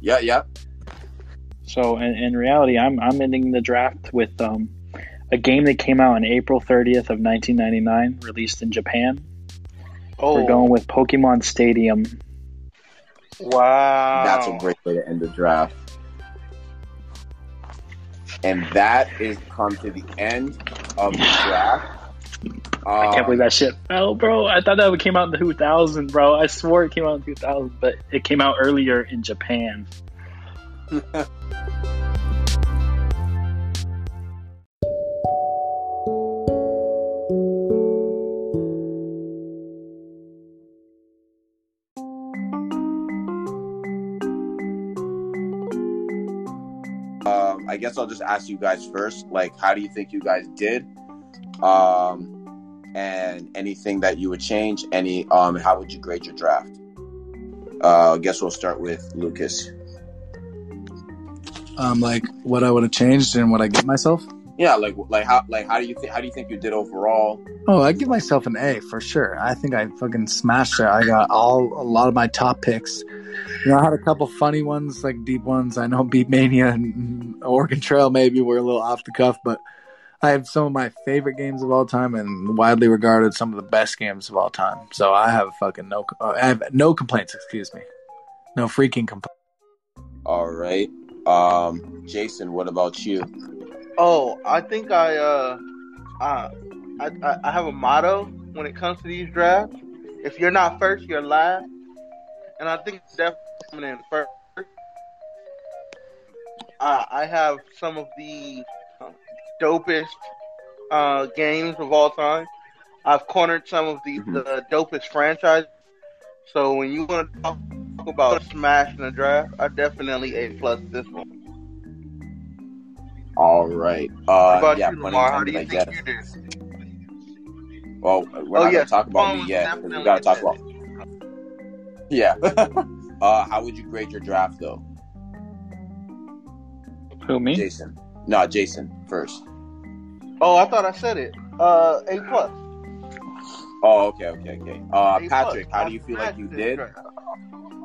Yeah, yeah.
so in, in reality, I'm I'm ending the draft with um, a game that came out on April 30th of 1999, released in Japan.
Oh,
We're going with Pokemon Stadium.
wow.
That's
Oh.
a great way to end the draft. And that is come to the end of the draft.
I can't believe that shit fell, bro. I thought that came out in the 2000, bro. I swore it came out in 2000, but it came out earlier in Japan.
Um, I guess I'll just ask you guys first. Like, how do you think you guys did? Um, and anything that you would change? Any? Um, how would you grade your draft? Uh, I guess we'll start with Lucas.
Um, like what I would have changed and what I give myself.
Yeah, like like how like how do you think how do you think you did overall?
Oh, I give myself an A for sure. I think I fucking smashed it. I got all a lot of my top picks. You know, I had a couple funny ones, like deep ones. I know Beat Mania and Oregon Trail maybe were a little off the cuff, but I have some of my favorite games of all time and widely regarded some of the best games of all time. So I have fucking no, uh, I have no complaints. Excuse me, no freaking complaints.
All right, um, Jason, what about you?
Oh, I think I uh, uh I, I I have a motto when it comes to these drafts. If you're not first, you're last. And I think it's definitely coming in first. Uh, I have some of the um, dopest uh, games of all time. I've cornered some of
Mm-hmm.
the, the dopest franchises. So when you want to talk about smashing a draft, I definitely a plus this one.
All right,
What
uh,
about
yeah,
you,
pun
Lamar? How do you
intended,
think
I guess.
you did?
Well, we're not
Oh, yeah,
gonna talk about
phone
me
was
yet because we
definitely
gotta talk about
good.
yeah. uh, how would you grade your draft though,
Who me?
Jason? No, Jason first.
Oh, I thought I said it. Uh, A plus.
Oh, okay, okay, okay. Uh,
A plus.
Patrick, how
I
do you feel like you
smashed
did?
this draft.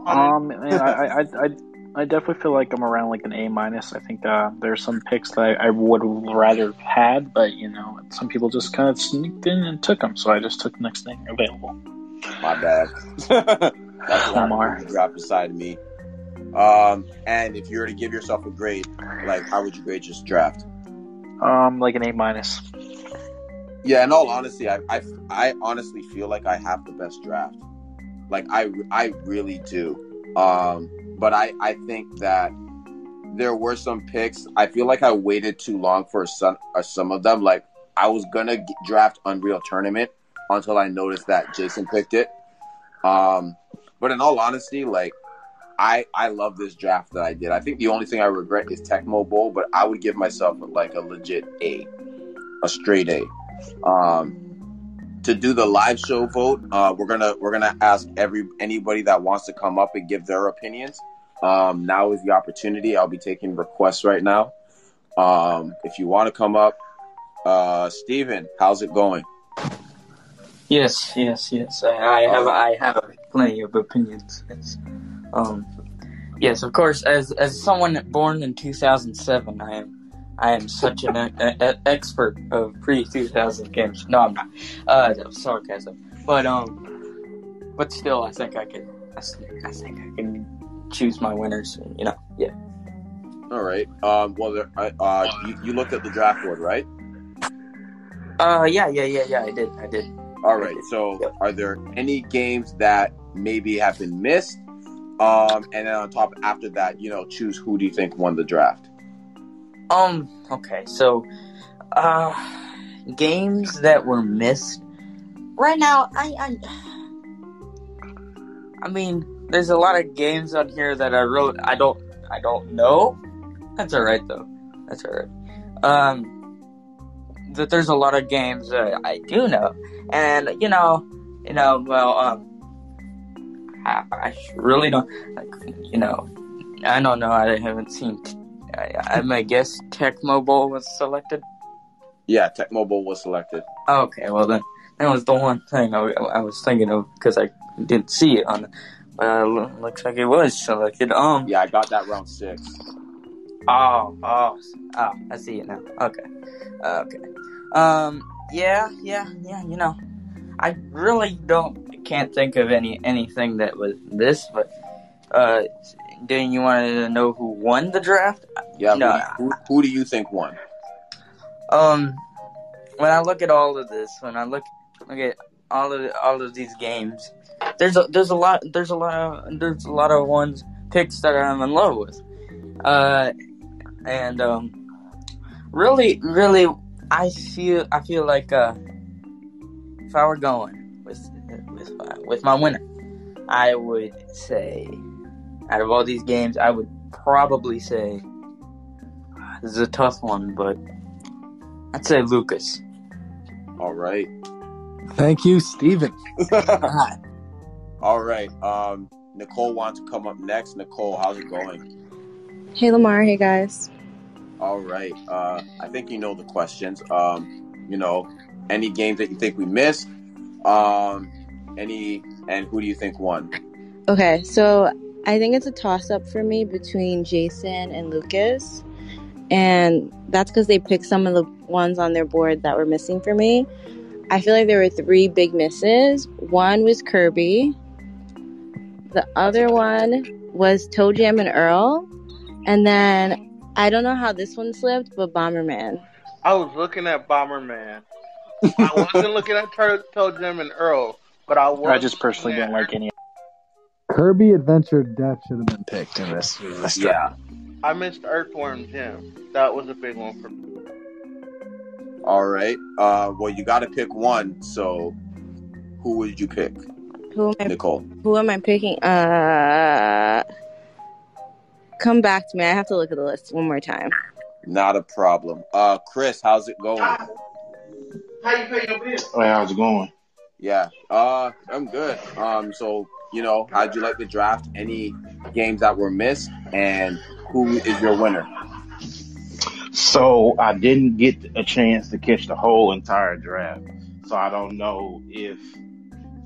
Um, man, I, I, I, I definitely feel like I'm around like an A minus. I think uh, there's some picks that I, I would rather have had, but you know, some people just kind of sneaked in and took them, so I just took the next thing available.
My bad. That's what
Omar.
happened. You dropped beside me. Um, and if you were to give yourself a grade, like how would you grade your draft?
Um, like an A minus.
Yeah, in all honesty, I, I, I honestly feel like I have the best draft. Like I, I really do. Um, but I, I think that there were some picks. I feel like I waited too long for some, uh, some of them. Like I was gonna g- draft Unreal Tournament until I noticed that Jason picked it. Um, but in all honesty, like I, I love this draft that I did. I think the only thing I regret is Tecmo Bowl, but I would give myself like a legit A, a straight A um, to do the live show vote. Uh, we're gonna we're gonna ask every anybody that wants to come up and give their opinions. Um, now is the opportunity. I'll be taking requests right now. Um, if you want to come up, uh, Steven, how's it going?
Yes, yes, yes. I, I have, I have plenty of opinions. Yes. Um, yes, of course. As as someone born in two thousand seven, I am, I am such an e- e- expert of pre two thousand games. No, I'm not. Uh, that was sarcasm. But um, but still, I think I could. I think I, think I can choose my winners. You know. Yeah.
All right. Um, well, there, I- uh, you, you looked at the draft board, right?
Uh, yeah, yeah, yeah, yeah. I did. I did.
All right. So, are there any games that maybe have been missed? Um, and then on top, after that, you know, choose who do you think won the draft?
Um. Okay. So, uh, games that were missed. Right now, I, I, I mean, there's a lot of games on here that I wrote. I don't, I don't know. That's all right though. That's all right. Um, that there's a lot of games that I do know, and you know, you know, well, um, I, I really don't, like, you know, I don't know. I haven't seen I, I, I guess Tecmo Bowl was selected.
Yeah, Tech Mobile was selected.
Okay, well then, that was the one thing I, I was thinking of because I didn't see it on. But uh, lo- looks like it was selected. Um.
Yeah, I got that round six.
Oh, oh, oh! I see it now. Okay, okay. Um, yeah, yeah, yeah. You know, I really don't can't think of any anything that was this. But uh, didn't you want to know who won the draft?
Yeah,
No.
who, who, who do you think won?
Um, when I look at all of this, when I look look at all of all of these games, there's a, there's a lot there's a lot of there's a lot of ones picks that I'm in love with, uh, and um, really really I feel I feel like uh, if I were going with with my, with my winner, I would say out of all these games, I would probably say this is a tough one, but I'd say Lucas.
All right.
Thank you, Steven.
All right. Um, Nicole wants to come up next. Nicole, how's it going?
Hey Lamar, hey guys.
All right. Uh, I think you know the questions. Um, you know, any games that you think we missed? Um, any and who do you think won?
Okay, so I think it's a toss up for me between Jason and Lucas. And that's because they picked some of the ones on their board that were missing for me. I feel like there were three big misses. One was Kirby, the other one was Toe Jam and Earl. And then I don't know how this one slipped, but Bomberman.
I was looking at Bomberman. I wasn't looking at Turtle Toe Jim and Earl, but I was.
I just personally didn't like any.
Kirby Adventure Death should have been picked in this. this draft.
Yeah.
I missed Earthworm Jim. That was a big one for me.
All right. Uh, well, you got to pick one. So, who would you pick,
Who am I,
Nicole?
who am I picking? Uh, come back to me. I have to look at the list one more time.
Not a problem. Uh, Chris, how's it going?
How you pay your bills?
Hey, how's it going?
Yeah, uh, I'm good. Um, so you know, how'd you like the draft? Any games that were missed, and who is your winner?
So I didn't get a chance to catch the whole entire draft, so I don't know if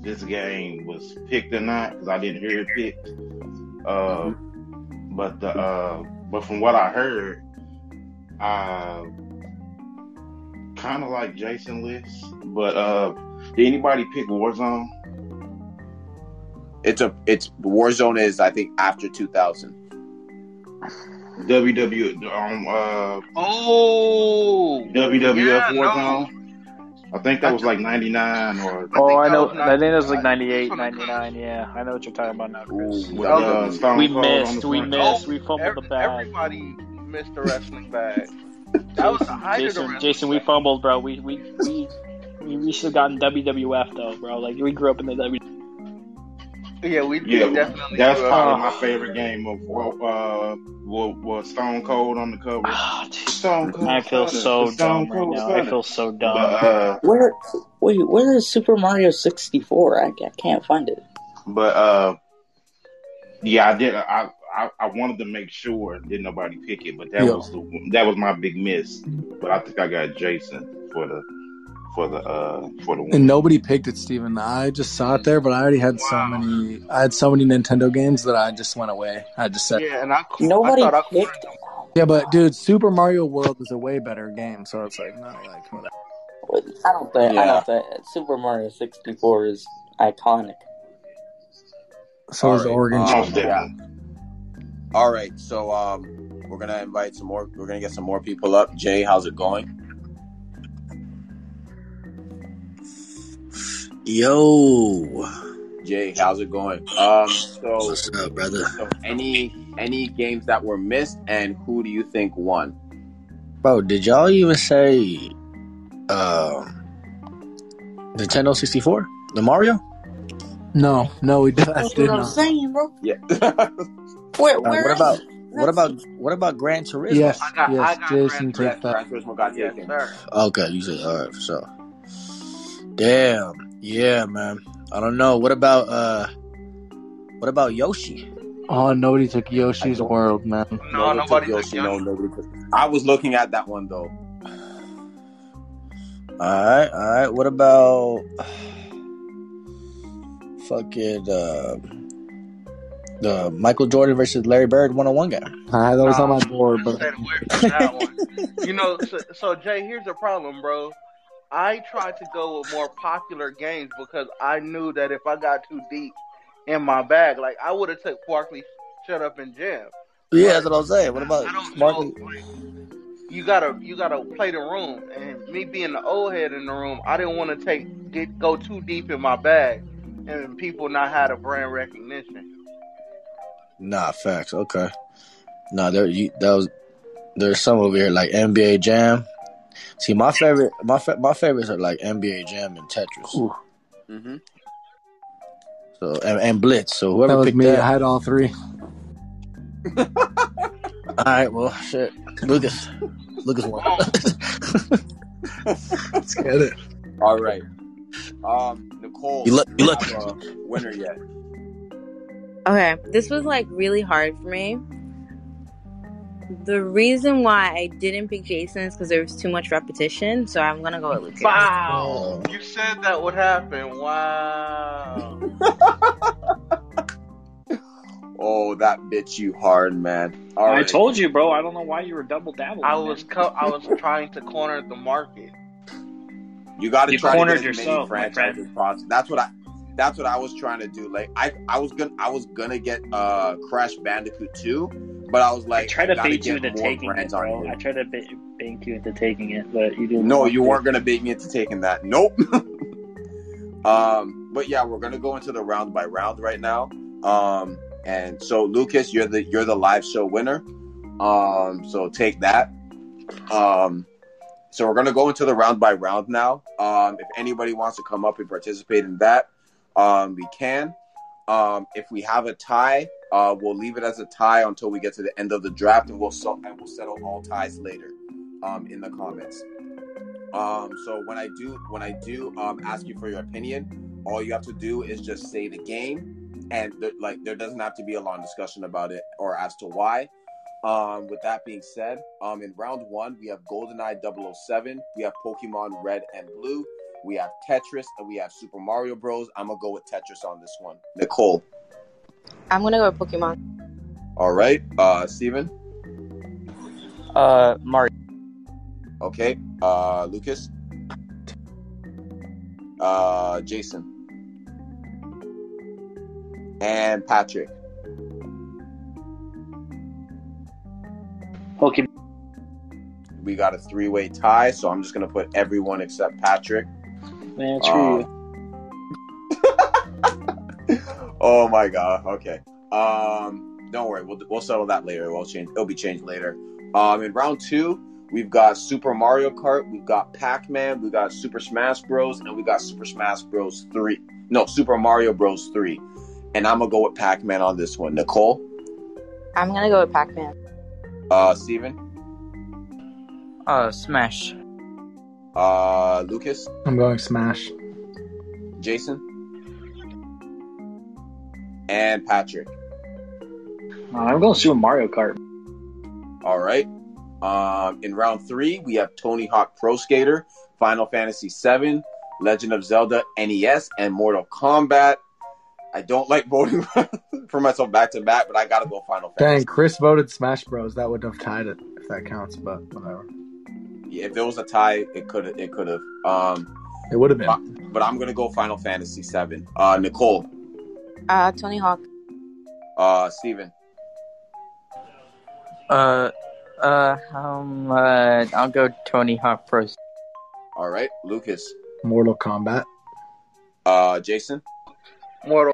this game was picked or not because I didn't hear it picked. Uh, but the uh, but from what I heard, uh, kind of like Jason List. But uh, did anybody pick Warzone?
It's a it's Warzone is I think after 2000.
WW um, uh,
Oh,
WWF
Yeah,
Warzone. I think that was like '99 or
I
Oh,
think
I
that
know.
was
I think it was like
98,
98, 99. Yeah, I know what you're talking about now, Chris.
Ooh,
with uh,
WWE.
Stone
We
Cold on the
missed. We
front.
missed. We fumbled the
Ev-
bag.
Everybody missed the wrestling bag. That was the height of the
Jason,
wrestling
Jason, we
bag.
fumbled, bro. We we we. We, we should have gotten WWF though, bro. Like we grew up in the W.
Yeah, we did
Yeah, uh,
definitely.
that's
do it.
probably my favorite game of uh, was, was Stone Cold on the cover.
Ah, jeez.
Stone Cold.
I feel so
Stone
dumb right
Cold
now. I
Stunner.
feel so
But,
dumb.
uh,
Where wait, where is Super Mario sixty four? I, I can't find it.
but uh, yeah, I did. I, I I wanted to make sure did nobody pick it, but that
Yeah.
was the that was my big miss. But I think I got Jason for the for the uh for the win.
And nobody picked it, Steven. I just saw it there, but I already had so
Wow.
many. I had so many Nintendo games that I just went away. I just said, yeah,
Yeah, and I
Nobody
I thought I
picked.
but dude, Super Mario World is a way better game. So it's like, not like whatever.
I don't think. I
Yeah.
don't think Super Mario sixty four is iconic.
So is
All right.
Oregon.
Uh,
Most
yeah.
definitely.
All right, so um, we're gonna invite some more. We're gonna get some more people up. Jay, how's it going?
Yo,
Jay, how's it going? Um, so
what's up, brother?
so any any games that were missed, and who do you think won?
Bro, did y'all even say um Nintendo 64? The Mario? Uh,
No, no, we did, I did not.
saying, bro.
Yeah,
Where,
Uh, what about what about what about Gran Turismo?
Yes,
I got- I
yes,
got
Jason
Grand
took
yes,
that.
Gran Turismo got
Yes,
taken.
sir.
Okay, you said all right, so damn, yeah, man. I don't know. What about uh what about Yoshi?
Oh, nobody took Yoshi's World, man.
No,
one
nobody
took Yoshi.
took
No,
Yoshi.
nobody took. I was looking at that one though.
Alright, alright. What about fucking uh the Michael Jordan versus Larry Bird one on one game?
Uh, that was on my board,
Just
but
stay away from that one. you know, so, so Jay, here's the problem, bro. I tried to go with more popular games because I knew that if I got too deep in my bag, like I would have took Barkley, shut up and jam.
Yeah, that's what I was saying. What
I
about
don't
Barkley?
know. like, You gotta you gotta play the room, and me being the old head in the room, I didn't want to take get go too deep in my bag, and people not have a brand recognition.
Nah, facts. Okay. Nah, there you that was there's some over here like NBA Jam. See, my favorite my fa- my favorites are like NBA Jam and Tetris.
Ooh.
Mm-hmm.
Mhm.
So and, and Blitz. So
that
whoever
was
picked
me.
that,
I had all three.
all right. Well, shit, Lucas, Lucas won.
Oh.
Let's get it.
All right. Um, Nicole,
You look-
do
you look-
have a winner yet?
Okay, this was like really hard for me. The reason why I didn't pick Jason is because there was too much repetition, so I'm gonna go with Lucas.
Wow, you said that would happen. Wow.
Oh, that bit you hard, man. All
I
right.
told you, bro. I don't know why you were double dabbling.
I
man.
was co- I was trying to corner the market.
You got to
You
try to
cornered
get as many
yourself, my
franchises as possible. That's what I. That's what I was trying to do. Like I, I was gonna, I was gonna get uh Crash Bandicoot 2, but I was like,
I tried to
gotta
bait you
get
into
more
taking it,
brands on
bro.
here.
I tried to bait, bait you into taking it, but you didn't.
No,
want
you
to.
weren't gonna bait me into taking that. Nope. um, but yeah, we're gonna go into the round by round right now. Um, and so Lucas, you're the you're the live show winner. Um, so take that. Um, so we're gonna go into the round by round now. Um, if anybody wants to come up and participate in that, um, we can. Um, if we have a tie, uh, we'll leave it as a tie until we get to the end of the draft, and we'll so- and we'll settle all ties later um, in the comments. Um, so when I do when I do um, ask you for your opinion, all you have to do is just say the game, and th- like there doesn't have to be a long discussion about it or as to why. Um, with that being said, um, in round one we have GoldenEye 007, we have Pokemon Red and Blue, we have Tetris, and we have Super Mario Bros. I'm gonna go with Tetris on this one. Nicole,
I'm gonna go with Pokemon.
all right, uh, Steven,
Uh, Mario.
okay, uh, Lucas, uh, Jason, and Patrick.
Pokemon.
we got a three way tie, so I'm just gonna put everyone except Patrick.
Man, screw you.
oh my god. Okay. Um, don't worry. We'll we'll settle that later. We'll change. It'll be changed later. Um, in round two, we've got Super Mario Kart, we've got Pac Man, we got Super Smash Bros, and we got Super Smash Bros three. No, Super Mario Bros three. And I'm gonna go with Pac Man on this one. Nicole,
I'm gonna go with Pac-Man.
uh, Steven,
Uh, Smash.
uh, Lucas,
I'm going Smash.
Jason, and Patrick.
Uh, I'm going Super Mario Kart.
All right. Um, in round three, we have Tony Hawk Pro Skater, Final Fantasy VII, Legend of Zelda NES, and Mortal Kombat. I don't like voting for myself back to back, but I gotta go Final
Dang,
Fantasy.
Chris voted Smash Bros. That would have tied it if that counts, but whatever.
If there was a tie, it could have. It could have. Um,
It would have been.
but I'm gonna go Final Fantasy VII. Uh, Nicole,
Uh, Tony Hawk.
uh, Steven,
Uh, uh, um, uh, I'll go Tony Hawk Pro.
All right, Lucas,
Mortal Kombat.
uh, Jason,
Mortal.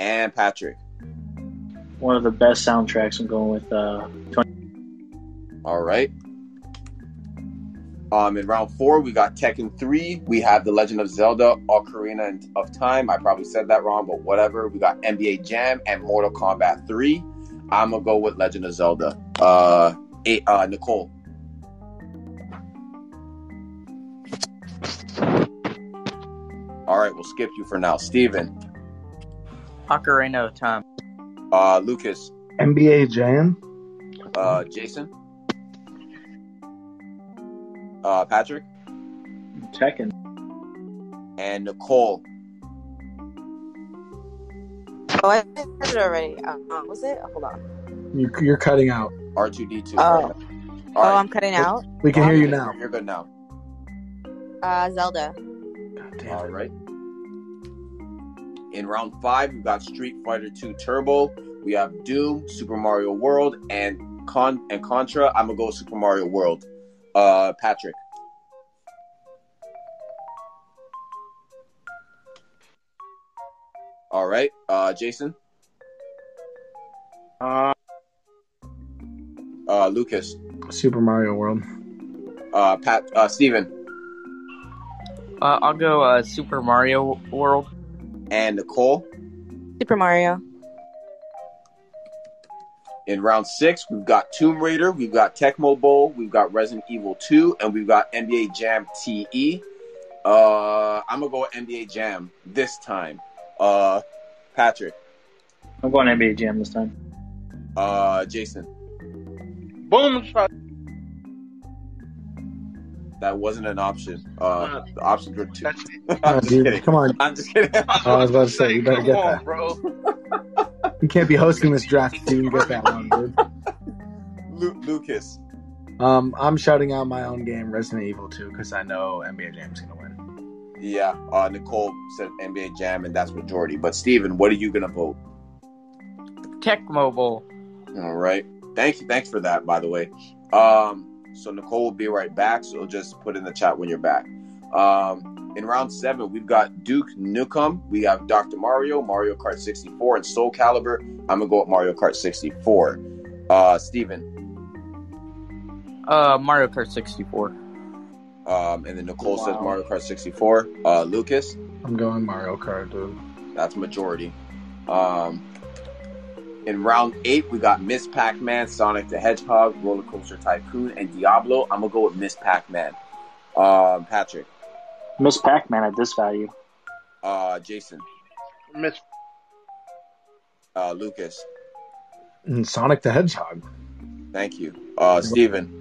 and Patrick.
One of the best soundtracks. I'm going with. Uh,
All right. Um, in round four, we got Tekken 3. We have The Legend of Zelda, Ocarina of Time. I probably said that wrong, but whatever. We got NBA Jam and Mortal Kombat 3. I'm going to go with Legend of Zelda. Uh, eight, uh, Nicole. All right, we'll skip you for now. Steven,
Ocarina of Time.
uh, Lucas,
NBA Jam.
uh, Jason, uh, Patrick,
checking.
and Nicole.
Oh, I said it already. Uh, uh, was it? Hold on.
You, you're cutting out.
R two D two.
Oh. Oh, I'm cutting out.
We can hear you now.
You're good now.
Uh, Zelda.
All right. In round five, we've got Street Fighter Two Turbo. We have Doom, Super Mario World, and Con and Contra. I'm gonna go Super Mario World. Uh, Patrick. All right, uh, Jason,
Uh,
uh, Lucas,
Super Mario World.
uh, Pat, uh, Steven,
Uh, I'll go uh, Super Mario World.
and Nicole.
Super Mario.
In round six, we've got Tomb Raider, we've got Tecmo Bowl, we've got Resident Evil 2, and we've got NBA Jam TE. Uh, I'm gonna go with NBA Jam this time. Uh, Patrick,
I'm going NBA Jam this time.
uh, Jason,
boom shot.
that wasn't an option. Uh, the options were two.
That's it.
Come
I'm just kidding.
on, Uh, dude. Come on.
I'm just kidding.
I was about to say, you better
Come
get
on,
that.
bro.
You can't be hosting this draft if you didn't get that one, dude.
Lu- Lucas,
Um, I'm shouting out my own game, Resident Evil 2, because I know NBA Jam's gonna win.
yeah. Uh, Nicole said NBA Jam, and that's majority. But Steven, what are you gonna vote?
Tech Mobile.
All right. Thank you. Thanks for that, by the way. Um, so Nicole will be right back. So just put in the chat when you're back. Um, in round seven, we've got Duke Nukem. We have Dr. Mario, Mario Kart 64, and Soul Calibur. I'm gonna go with Mario Kart 64. Uh, Steven,
Uh, Mario Kart 64.
um, and then Nicole says
Wow.
Mario Kart 64. Uh, Lucas,
I'm going Mario Kart, dude.
that's majority. Um, in round eight, we got Miss Pac-Man, Sonic the Hedgehog, Roller Coaster Tycoon, and Diablo. I'm gonna go with Miss Pac-Man. Um, Patrick.
Miss Pac-Man at this value.
uh, Jason,
Miss
uh, Lucas.
And Sonic the Hedgehog.
Thank you, uh, Steven.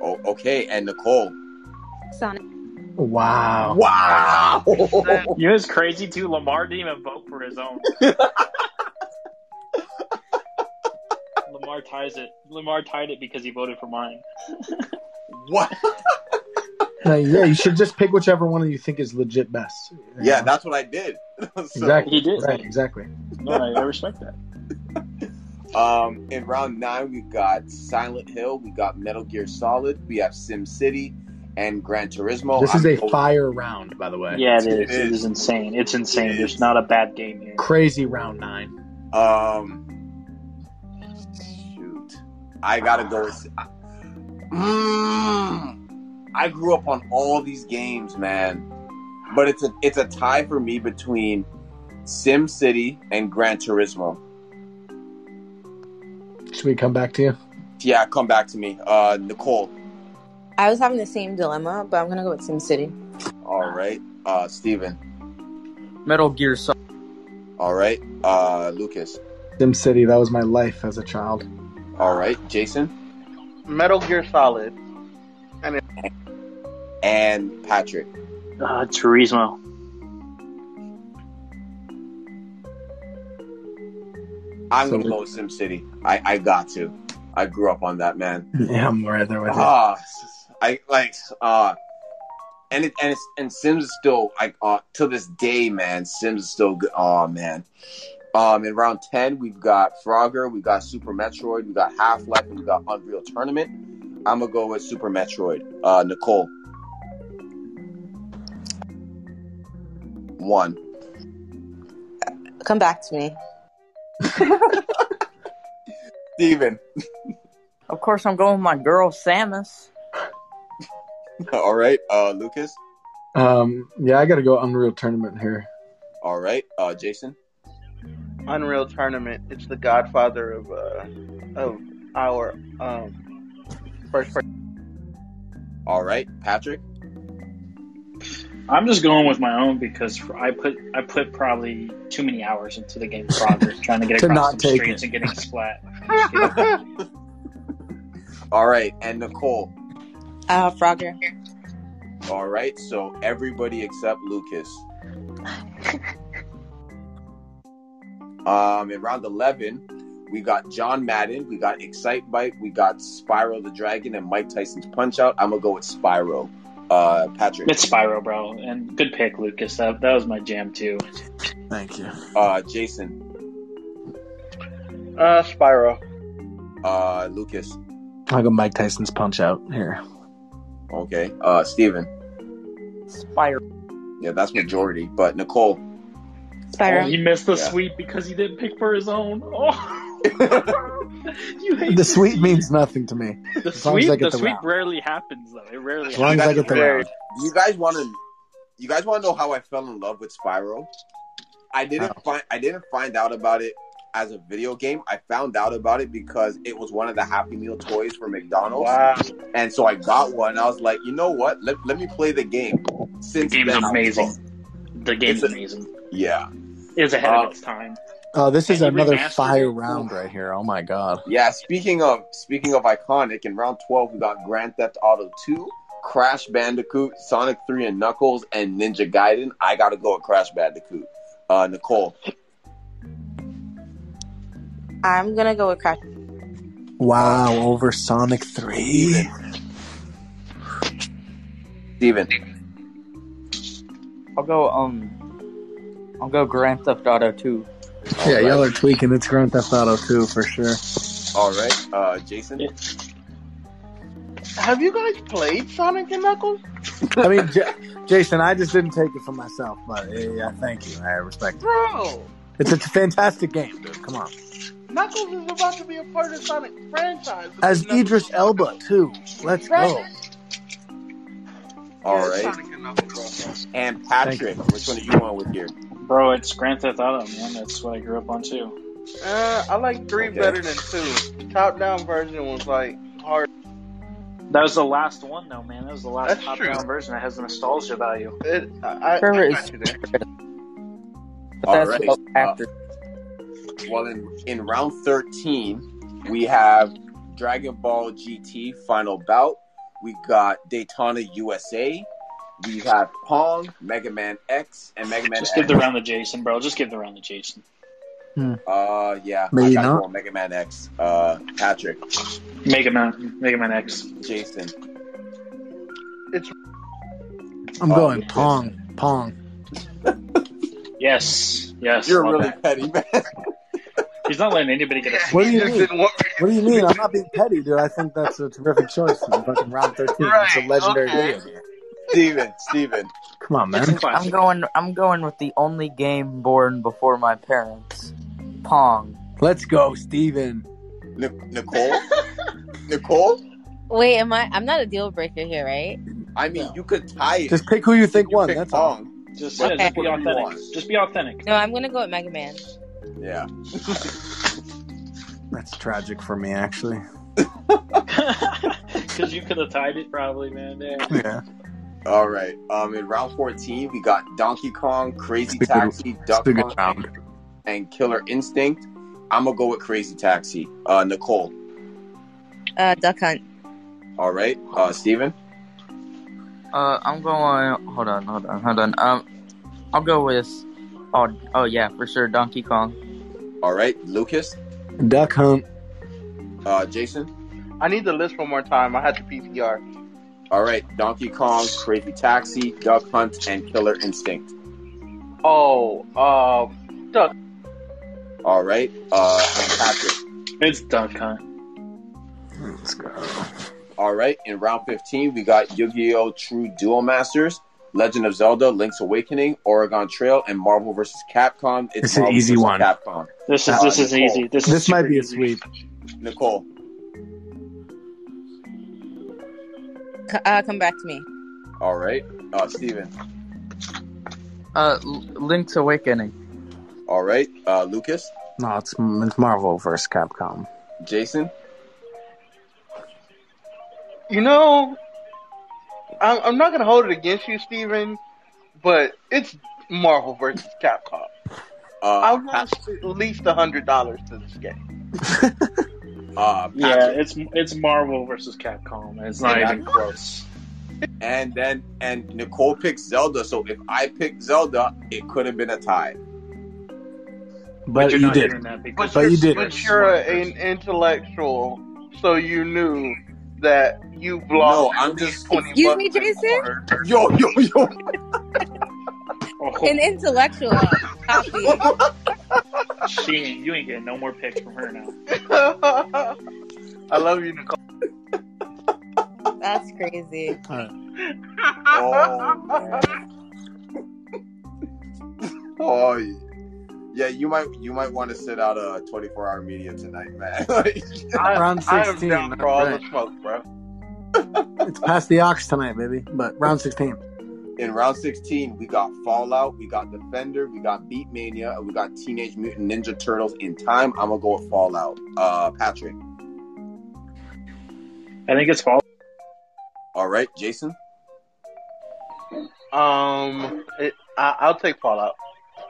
Oh, okay, and Nicole.
Sonic.
Wow.
Wow.
You know, it's crazy too. Lamar didn't even vote for his own. Lamar ties it. Lamar tied it because he voted for mine.
what?
Now, yeah, you should just pick whichever one you think is legit best. You know?
Yeah, that's what I did. so,
exactly.
He did.
Right, exactly.
No, I, I respect that.
um, in round nine, we've got Silent Hill, we got Metal Gear Solid, we have Sim City, and Gran Turismo.
this is
Oh, I'm
a
going-
fire round, by the way.
Yeah, it is.
It
It is,
is.
insane. It's insane.
It
There's
is.
not a bad game here.
Crazy round nine.
Um, shoot, I gotta go with. Mm, I grew up on all these games, man. But it's a it's a tie for me between Sim City and Gran Turismo.
Should we come back to you?
Yeah, come back to me, uh, Nicole.
I was having the same dilemma, but I'm gonna go with SimCity.
All right, uh, Steven.
Metal Gear Solid.
All right, uh, Lucas.
Sim City, that was my life as a child.
All right, Jason
Metal Gear Solid.
and Patrick.
Uh, Turismo.
I'm
So
gonna
we-
go with Sim City. I I got to. I grew up on that, man.
Yeah, I'm right there with you.
Ah, I like uh, and it and it's and Sims is still like uh to this day, man. Sims is still good. Oh man. Um, in round ten, we've got Frogger, we got Super Metroid, we got Half Life, we got Unreal Tournament. I'm gonna go with Super Metroid. Uh, Nicole. One.
Come back to me.
Steven.
Of course, I'm going with my girl Samus.
All right. Uh, Lucas.
Um, yeah, I got to go Unreal Tournament here.
All right. Uh, Jason.
Unreal Tournament. It's the Godfather of uh of our um first person.
All right. Patrick.
I'm just going with my own because I put I put probably too many hours into the game progress trying to get
To
across
not
some
take
streets
it.
and getting splat. I'm just
Uh,
kidding.
All right. And Nicole.
Uh, Frogger.
All right, so everybody except Lucas. um, in round 11, we got John Madden, we got Excite Bike, we got Spyro the Dragon, and Mike Tyson's Punch Out. I'm going to go with Spyro. Uh, Patrick.
It's Spyro, bro, and good pick, Lucas. That that was my jam too.
Thank you. Uh, Jason.
Uh, Spyro.
Uh, Lucas.
I got Mike Tyson's punch out here.
Okay. Uh, Steven.
Spyro.
Yeah, that's majority. But Nicole.
Oh, he missed the sweep because he didn't pick for his own. Oh. you hate
The sweet means nothing to me.
the
as long as I
sweep.
get
The
the
sweep
round.
rarely happens though. It rarely.
As long as I get the round.
You guys want to? You guys want to know how I fell in love with Spyro? I didn't find. I didn't find out about it as a video game. I found out about it because it was one of the Happy Meal toys for McDonald's,
Wow.
and so I got one. I was like, you know what? Let, let me play the game. Since
The game's
then, I was
amazing.
hooked.
The game's
It's a-
amazing.
Yeah.
It's ahead
Uh,
of its time.
Oh, this is
And he
another
remastered
fire
it.
round right here. Oh my god.
Yeah, speaking of speaking of iconic, in round twelve we got Grand Theft Auto Two, Crash Bandicoot, Sonic Three, and Knuckles, and Ninja Gaiden. I gotta go with Crash Bandicoot. Uh, Nicole,
I'm gonna go with Crash.
Wow, over Sonic Three.
Steven.
I'll go um I'll go Grand Theft Auto 2.
Yeah, y'all are tweaking. It's Grand Theft Auto Two for sure.
All right, uh, Jason.
Have you guys played Sonic and Knuckles?
I mean, J- Jason, I just didn't take it for myself, but yeah, yeah, thank you. I respect it.
Bro,
It's a fantastic game, dude. Come on.
Knuckles is about to be a part of Sonic franchise.
As
Knuckles-
Idris Elba too. Let's go.
All
Yeah,
right,
Sonic and Knuckles,
and Patrick. Which one do you want with here?
Bro, it's Grand Theft Auto, man. That's what I grew up on too.
bro. Uh, I like three
Okay.
better than two. Top down version was like hard.
That was the last one though, man. That was the last
That's
top
true.
down version that has the nostalgia value.
It, I, I, I
Trevor is-
got you there.
But
All
that's
right.
well after.
Well, in in round thirteen, we have Dragon Ball GT Final Bout. We got Daytona USA. We have Pong, Mega Man X, and Mega Man.
Just
X.
give the round to Jason, bro. Just give the round to Jason.
Uh, yeah.
Maybe
I gotta
not.
go on Mega Man X. Uh, Patrick,
Mega Man, Mega Man X.
Jason.
I'm
Oh,
going
yeah.
Pong. Pong.
Yes, yes.
You're
love
really
that.
petty, man.
He's not letting anybody get a.
What do
You
you
just
mean?
didn't want-
What do you mean? I'm not being petty, dude. I think that's a terrific choice in fucking round 13. It's a
Right,
legendary
okay.
video game.
Steven, Steven.
Come on,
It's
man.
a
I'm
classic.
going I'm going with the only game born before my parents. Pong.
Let's go, Steven.
Nic- Nicole? Nicole?
Wait, am I? I'm not a deal breaker here, right?
I mean, you could tie it.
Just pick who you think
You
won.
pick
That's all.
Pong.
Just,
Okay.
yeah, just be
Whatever you
authentic.
want.
Just be authentic.
No, I'm gonna go with Mega Man.
Yeah.
That's tragic for me, actually.
Because you could have tied it probably, man. Yeah.
Yeah.
All right. Um, in round 14, we got Donkey Kong, Crazy
It's a good-
Taxi, Duck
It's a good
Hunt,
round.
and Killer Instinct. I'm gonna go with Crazy Taxi. Uh, Nicole.
Uh, Duck Hunt.
All right. Uh, Steven?
Uh I'm going hold on, hold on, hold on. Um I'll go with oh oh yeah, for sure Donkey Kong.
All right. Lucas.
Duck Hunt.
Uh, Jason.
I need the list one more time. I had the PPR.
All right. Donkey Kong, Crazy Taxi, Duck Hunt, and Killer Instinct.
Oh, um,
All right. Uh, and Patrick.
It's Duck Hunt.
Let's go.
All right, in round 15, we got Yu Gi Oh! True Duel Masters, Legend of Zelda, Link's Awakening, Oregon Trail, and Marvel vs. Capcom.
This is an
Marvel
easy
versus
one.
Capcom.
This is this is easy. This, is
This might
super
be a
easy.
sweep.
Nicole,
C- uh, come back to me.
all right. Uh, Steven,
Uh L- Link's Awakening.
all right. Uh, Lucas,
No, it's, it's Marvel versus Capcom.
Jason,
you know, I'm, I'm not gonna hold it against you, Steven, but it's Marvel versus Capcom. I
uh, Pat-
lost at least a hundred dollars to this game.
uh,
Yeah,
Patrick.
it's it's Marvel versus Capcom. It's not
Yeah.
even close.
and then and Nicole picked Zelda. So if I picked Zelda, it could have been a tie.
But,
you're
you
not
did.
hearing that because
But,
you're
you did.
smart.
But you're an intellectual, so you knew that you blocked.
No, I'm just
Excuse me, Jason.
Yo, yo, yo.
Oh,
An intellectual. Copy.
She ain't, you ain't getting no more picks from her now.
I love you, Nicole.
That's crazy.
Oh, Oh, yeah. yeah. You might you might want to sit out a 24 hour media tonight, man. Like,
I,
Round
I am
16,
down for all
right.
the smoke, bro.
It's past the ox tonight, baby. But round 16.
in round 16, we got Fallout, we got Defender, we got Beatmania, and we got Teenage Mutant Ninja Turtles. In time, I'm gonna go with Fallout. Uh, Patrick.
I think it's fall.
All right, Jason.
Um, it, I, I'll take Fallout.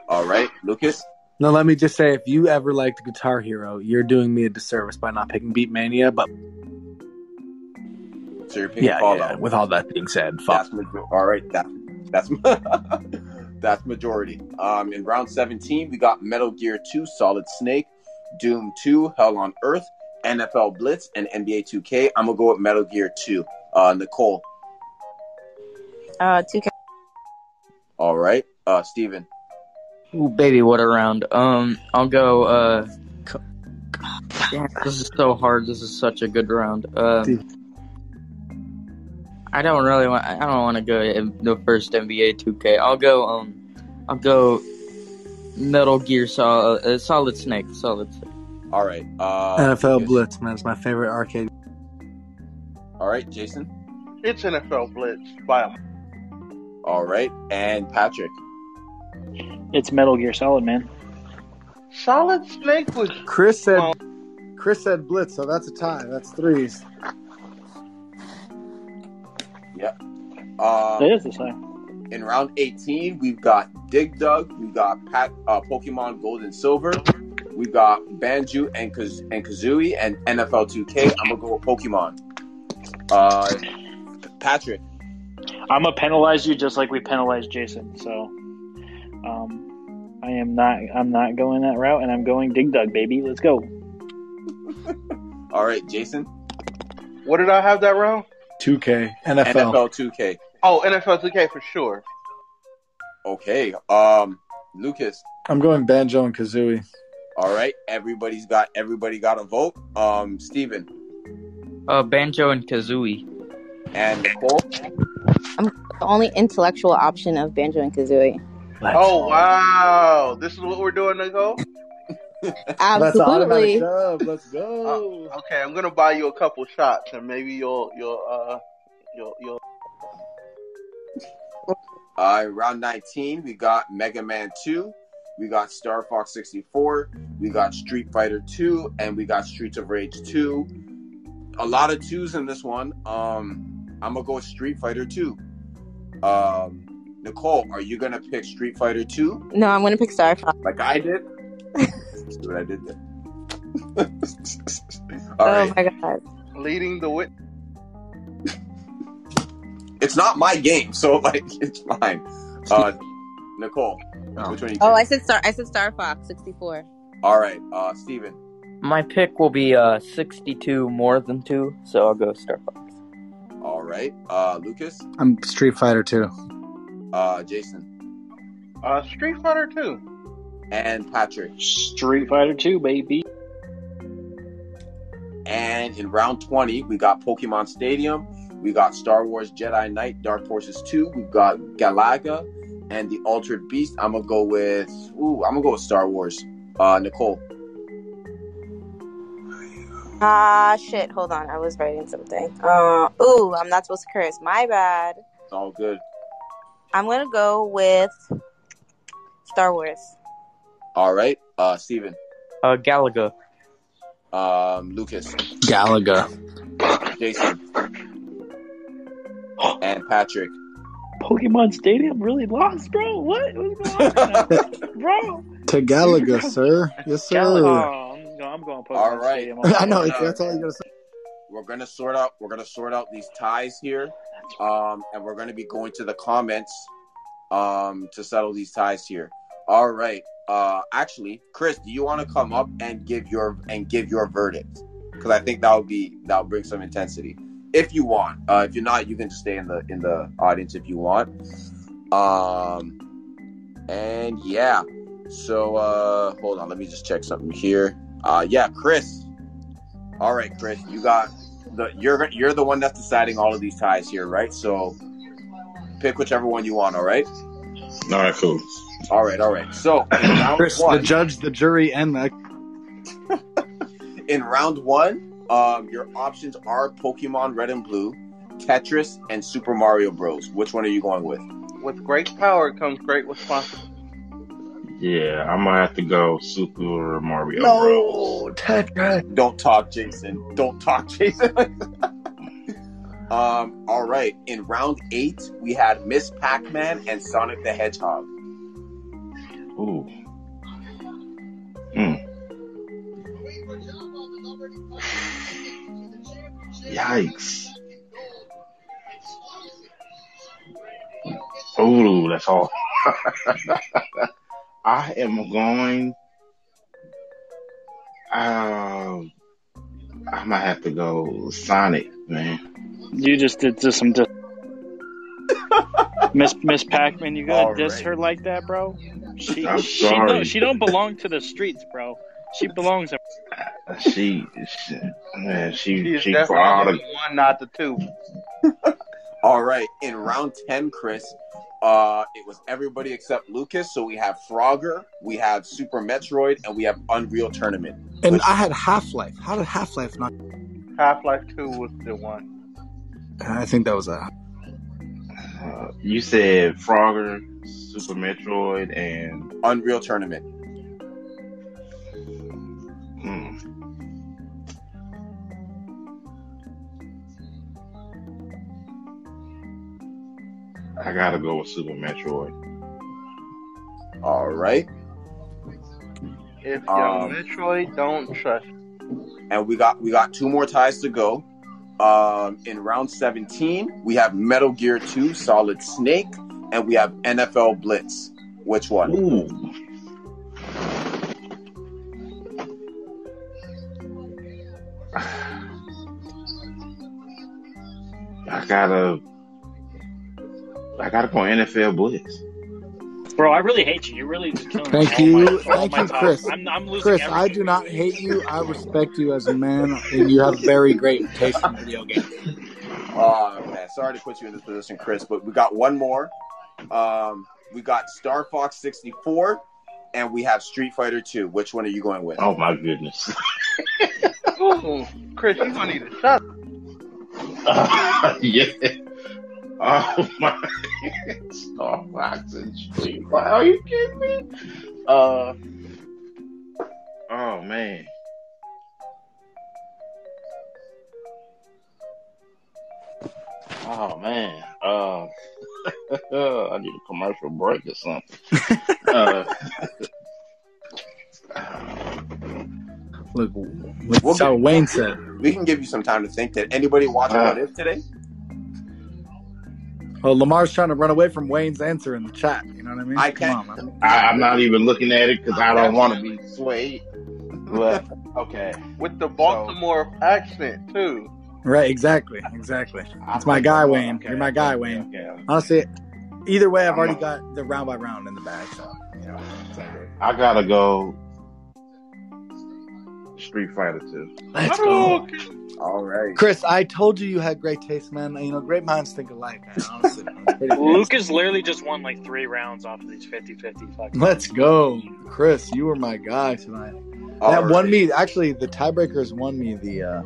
All right, Lucas.
Now, let me just say if you ever liked Guitar Hero, you're doing me a disservice by not picking Beatmania. But
So you're picking
yeah,
Fallout.
yeah, with all that being said, fuck.
That's major- all right. That, that's that's majority. Um, in round 17, we got Metal Gear 2, Solid Snake, Doom 2, Hell on Earth, NFL Blitz, and NBA 2K. I'm gonna go with Metal Gear 2. Uh, Nicole.
Uh, two. ca-
All right. Uh, Steven.
Ooh, baby, what a round. Um, I'll go. Uh, co- damn, this is so hard. This is such a good round. Uh,
Dude.
I don't really want. I don't want to go in the first NBA 2K. I'll go. Um, I'll go. Metal Gear Solid, uh, Solid Snake, Solid Snake.
All right. Uh, Lucas.
NFL Blitz, man, it's my favorite arcade.
All right, Jason.
It's NFL Blitz by a
All right, and Patrick.
It's Metal Gear Solid, man.
Solid Snake was
Chris said,
Well-
Chris said Blitz, so that's a tie. That's threes.
Um,
It is the same.
in round 18, we've got Dig Dug, we've got Pat, uh, Pokemon Gold and Silver, we've got Banjo and Kaz- and Kazooie, and NFL 2K. I'm gonna go with Pokemon. Uh, Patrick.
I'm gonna penalize you just like we penalized Jason. So, um, I am not. I'm not going that route, and I'm going Dig Dug, baby. Let's go.
All right, Jason.
what did I have that round?
2K, NFL.
NFL 2K.
Oh, NFL 2K for sure.
Okay. Um, Lucas.
I'm going Banjo and Kazooie.
All right. Everybody's got everybody got a vote. Um, Steven
Uh, Banjo and Kazooie.
and Nicole.
The only intellectual option of Banjo and Kazooie.
Let's,
Oh wow, this is what we're doing, Nicole.
let's automatic
Absolutely.
dub. Let's go.
Okay, I'm gonna buy you a couple shots, and maybe you'll you'll uh you'll you'll.
Uh, in round 19, we got Mega Man 2, we got Star Fox 64, we got Street Fighter 2, and we got Streets of Rage 2. A lot of twos in this one. Um, I'm gonna go with Street Fighter 2. Um, Nicole, are you gonna pick Street Fighter 2
No, I'm gonna pick Star Fox.
like I did? See what I did there. All
Oh
right,
my god.
Leading the wit.
it's not my game, so like it's mine. Uh, Nicole, which one you pick?
Oh, I said Star. I said Star Fox 64.
All right, uh, Steven.
My pick will be uh 62 more than two, so I'll go Star Fox.
All right, uh, Lucas,
I'm Street Fighter 2.
uh, Jason.
Uh, Street Fighter 2.
and Patrick.
Street Fighter Two, baby.
And in round 20, we got Pokemon Stadium, we got Star Wars Jedi Knight Dark Forces 2, we've got Galaga and the Altered Beast. I'm gonna go with ooh, I'm gonna go with Star Wars. Uh Nicole.
Ah, shit. Hold on. I was writing something. Uh, ooh, I'm not supposed to curse. My bad.
It's all good.
I'm gonna go with Star Wars.
All right. Uh Steven.
Uh, Galaga.
Um Lucas.
Galaga.
Jason. And Patrick.
Pokemon Stadium really lost, bro. What? What's going on, now? bro?
To Galaga, sir. Yes, sir.
Oh,
Galaga. I'm, no, I'm going Pokemon
All right.
Stadium.
I know.
it's-
That's all you gotta say.
We're gonna sort out we're gonna sort out these ties here. Um, and we're going to be going to the comments um, to settle these ties here. All right. Uh, actually, Chris, do you want to come up and give your and give your verdict? Because I think that would be that would bring some intensity. If you want, uh, if you're not, you can just stay in the in the audience if you want. Um, and yeah. So uh, hold on, let me just check something here. Uh, yeah, Chris. All right, Chris, you got the you're you're the one that's deciding all of these ties here, right? So pick whichever one you want. All right.
All right, cool.
All right, all right. So in round
Chris,
one,
the judge, the jury, and the
in round one, um, your options are Pokemon Red and Blue, Tetris, and Super Mario Bros. Which one are you going with?
With great power comes great responsibility.
Yeah, I'm gonna have to go Super Mario
no Tetra.
Don't talk, Jason. Don't talk, Jason. um, all right. In round eight, we had Miss Pac-Man and Sonic the Hedgehog.
Bros. Ooh. Mm. Yikes. Ooh, that's all. I am going. Um, I might have to go Sonic, man.
You just did just some dis- Miss Miss Pac-Man. You gotta diss her like that, bro. She
I'm
she
sorry.
don't she don't belong to the streets, bro. She belongs. To-
She, she, man, she,
She's
she
definitely
brought
the one, not the two.
All right. In round 10, Chris, uh, it was everybody except Lucas. So we have Frogger, we have Super Metroid, and we have Unreal Tournament.
and I had Half Life. How did Half Life not?
Half Life Two was the one.
I think that was a
Uh, you said Frogger, Super Metroid, and
Unreal Tournament.
hmm. I gotta go with Super Metroid.
All right.
If you're
Um,
Metroid, don't trust.
And we got we got two more ties to go. Um, in round 17, we have Metal Gear 2, Solid Snake, and we have NFL Blitz. Which one?
Ooh, I gotta, I gotta go NFL Blitz.
Bro, I really hate you. You're really just killing
Thank
all my-
you.
all
Thank
my
you,
top-
Chris.
I'm, I'm losing
Chris,
everything.
I do not hate you. I respect you as a man. and You have very great taste in video games.
Oh man, sorry to put you in this position, Chris, but we got one more. Um, we got Star Fox 64, and we have Street Fighter 2. Which one are you going with?
Oh my goodness.
Ooh, Chris, you gonna need a shot.
yeah. Oh my Star Fox and Street Fighter. Are you kidding me? Uh oh man. Oh man. Uh I need a commercial break or something. Uh,
Look, look that's how Wayne said.
We can give you some time to think. Did anybody watch
Uh.
What If today?
Well, Oh, Lamar's trying to run away from Wayne's answer in the chat. You know what I mean?
I
Come
can't.
on, man.
I, I'm not even looking at it because I don't want to be swayed. But okay.
with the Baltimore accent too.
Right? Exactly. Exactly.
I'm
It's my
gonna
guy,
go-
Wayne. You're my guy,
okay,
Wayne.
Okay, okay.
Honestly, either way, I've
I'm
already
a-
got the round by round in the bag. So, you know, it's all good.
I gotta go Street Fighter 2.
Let's go.
Hadouken!
All right.
Chris, I told you you had great taste, man. You know, great minds think alike, man. Honestly, man. It's pretty good.
Lucas literally just won like three rounds off of these 50-50 fucking.
Let's go, Chris. You were my guy tonight.
All
that won
right.
me. Actually, the tiebreakers won me the uh,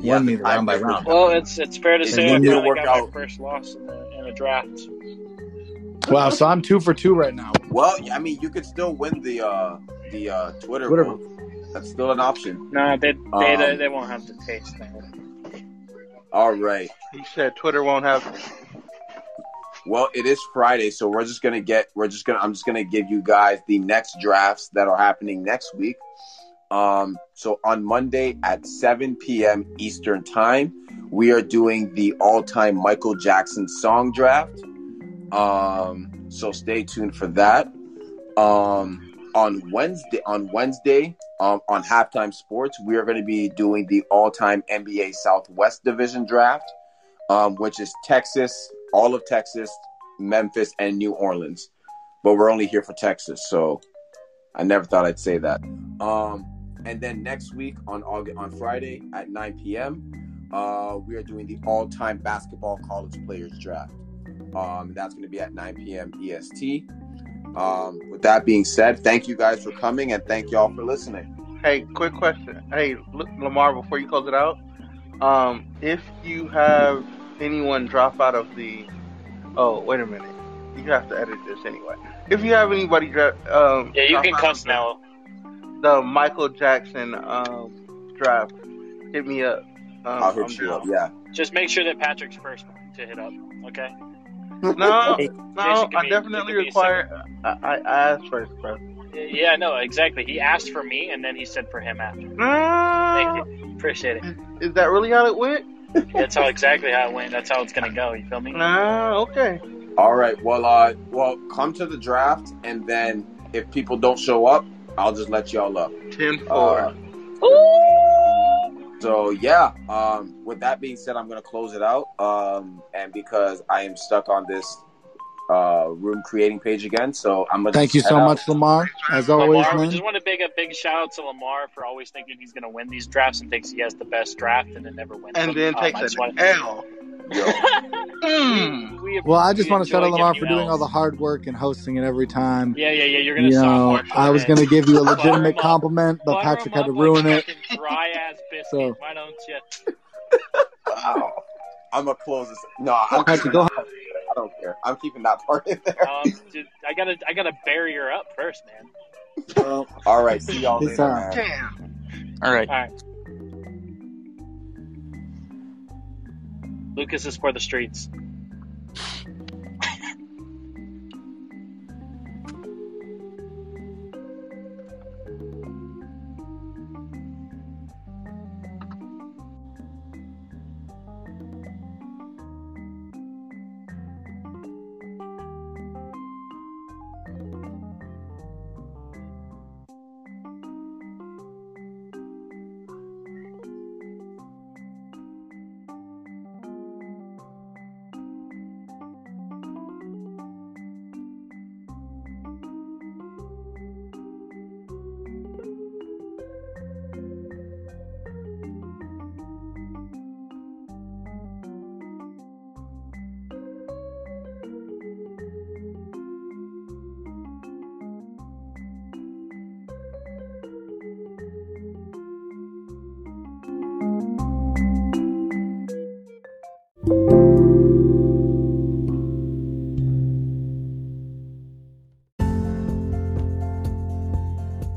Yeah,
won me
the
the round by
tiebreaker.
round.
Well, it's it's fair to
It
say I
didn't
finally
work
got
out.
my first loss in the, in a draft.
Wow, so I'm two for two right now.
Well, I mean, you could still win the uh, the uh, Twitter
Twitter
vote. That's still an option.
Nah, they they, they,
Um,
they won't have the taste thing.
All right.
He said Twitter won't have.
Well, it is Friday, so we're just gonna get. We're just gonna. I'm just gonna give you guys the next drafts that are happening next week. Um, so on Monday at 7 p.m. Eastern time, we are doing the all-time Michael Jackson song draft. Um, so stay tuned for that. Um, on Wednesday, on Wednesday, um, on halftime sports, we are going to be doing the all-time NBA Southwest Division draft, um, which is Texas, all of Texas, Memphis, and New Orleans. But we're only here for Texas, so I never thought I'd say that. Um, and then next week on August, on Friday at 9 p.m., uh, we are doing the all-time basketball college players draft. Um, that's going to be at 9 p.m. EST. E Um, with that being said, thank you guys for coming and thank y'all for listening.
Hey, quick question. Hey, L- Lamar, before you close it out, um, if you have anyone drop out of the, oh wait a minute, you have to edit this anyway. If you have anybody dra- um,
Yeah, you
drop
can
out
cuss
of
now.
the Michael Jackson um, draft, hit me up. Um,
I'll hit you up. Yeah.
Just make sure that Patrick's first to hit up. Okay.
No, no,
Jason could
I
be-
definitely
could be a
require. I, I I asked first, bro.
Yeah, no, exactly. He asked for me, and then he said for him after.
Ah,
Appreciate it.
is that really how it went?
That's how exactly how it went. That's how it's gonna go. You feel me?
Ah, okay.
All right. Well, uh, well, come to the draft, and then if people don't show up, I'll just let y'all up.
Ten
four. so yeah. Um, with that being said, I'm gonna close it out. Um, and because I am stuck on this uh room creating page again, so I'm gonna.
Thank you
head
so
out.
much, Lamar. As always,
Lamar, we
man.
just want to big a big shout out to Lamar for always thinking he's gonna win these drafts and thinks he has the best draft and then never wins.
And
them.
then
Um,
takes
I just
an
want-
L. 嗯
we-
Well, I just
we
want to shout out
enjoy
Lamar
giving
for
you
doing all
Ls.
the hard work and hosting it every time.
Yeah, yeah, yeah. You're gonna
You know,
sophomore.
I was going to give you a
Butter 'em
legitimate
up.
compliment, but
Butter 'em
Patrick had to
up like
ruin
a
it.
fucking Dry ass biscuit.
So-
Why don't you?
Wow. I'm gonna close this. No, I'm
Patrick,
keeping
go
that part in there. I don't care. I'm keeping that part in there.
Um, dude, I gotta, I gotta bury her up first, man.
All right. See y'all
Peace
later,
out.
man.
All right.
All right. Lucas is for the streets.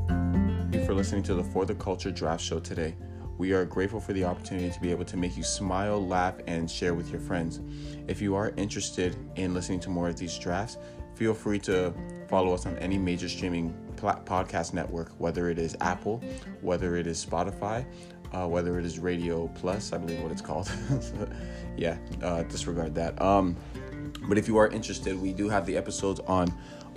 Thank you for listening to the For the Culture Draft Show today. We are grateful for the opportunity to be able to make you smile, laugh, and share with your friends. If you are interested in listening to more of these drafts, feel free to follow us on any major streaming pla- podcast network, whether it is Apple, whether it is Spotify, uh, whether it is Radio Plus, I believe what it's called. yeah, uh, disregard that. Um, but if you are interested, we do have the episodes on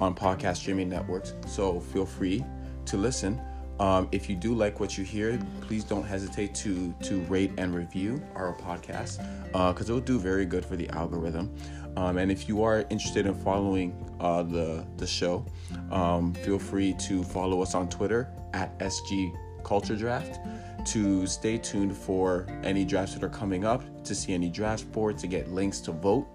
on podcast streaming networks, so feel free to listen. Um, if you do like what you hear, please don't hesitate to to rate and review our podcast because it will do very good for the algorithm. Um, and if you are interested in following uh, the the show, um, feel free to follow us on Twitter at SG Culture Draft to stay tuned for any drafts that are coming up, to see any draft boards, to get links to vote.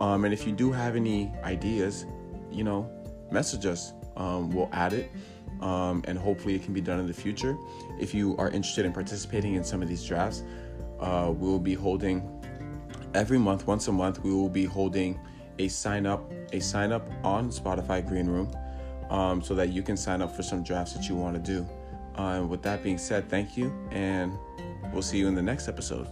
Um, and if you do have any ideas, you know, message us. Um, we'll add it. Um, and hopefully it can be done in the future. If you are interested in participating in some of these drafts, uh, we'll be holding every month once a month we will be holding a sign up a sign up on spotify green room um, so that you can sign up for some drafts that you want to do uh, and with that being said thank you and we'll see you in the next episode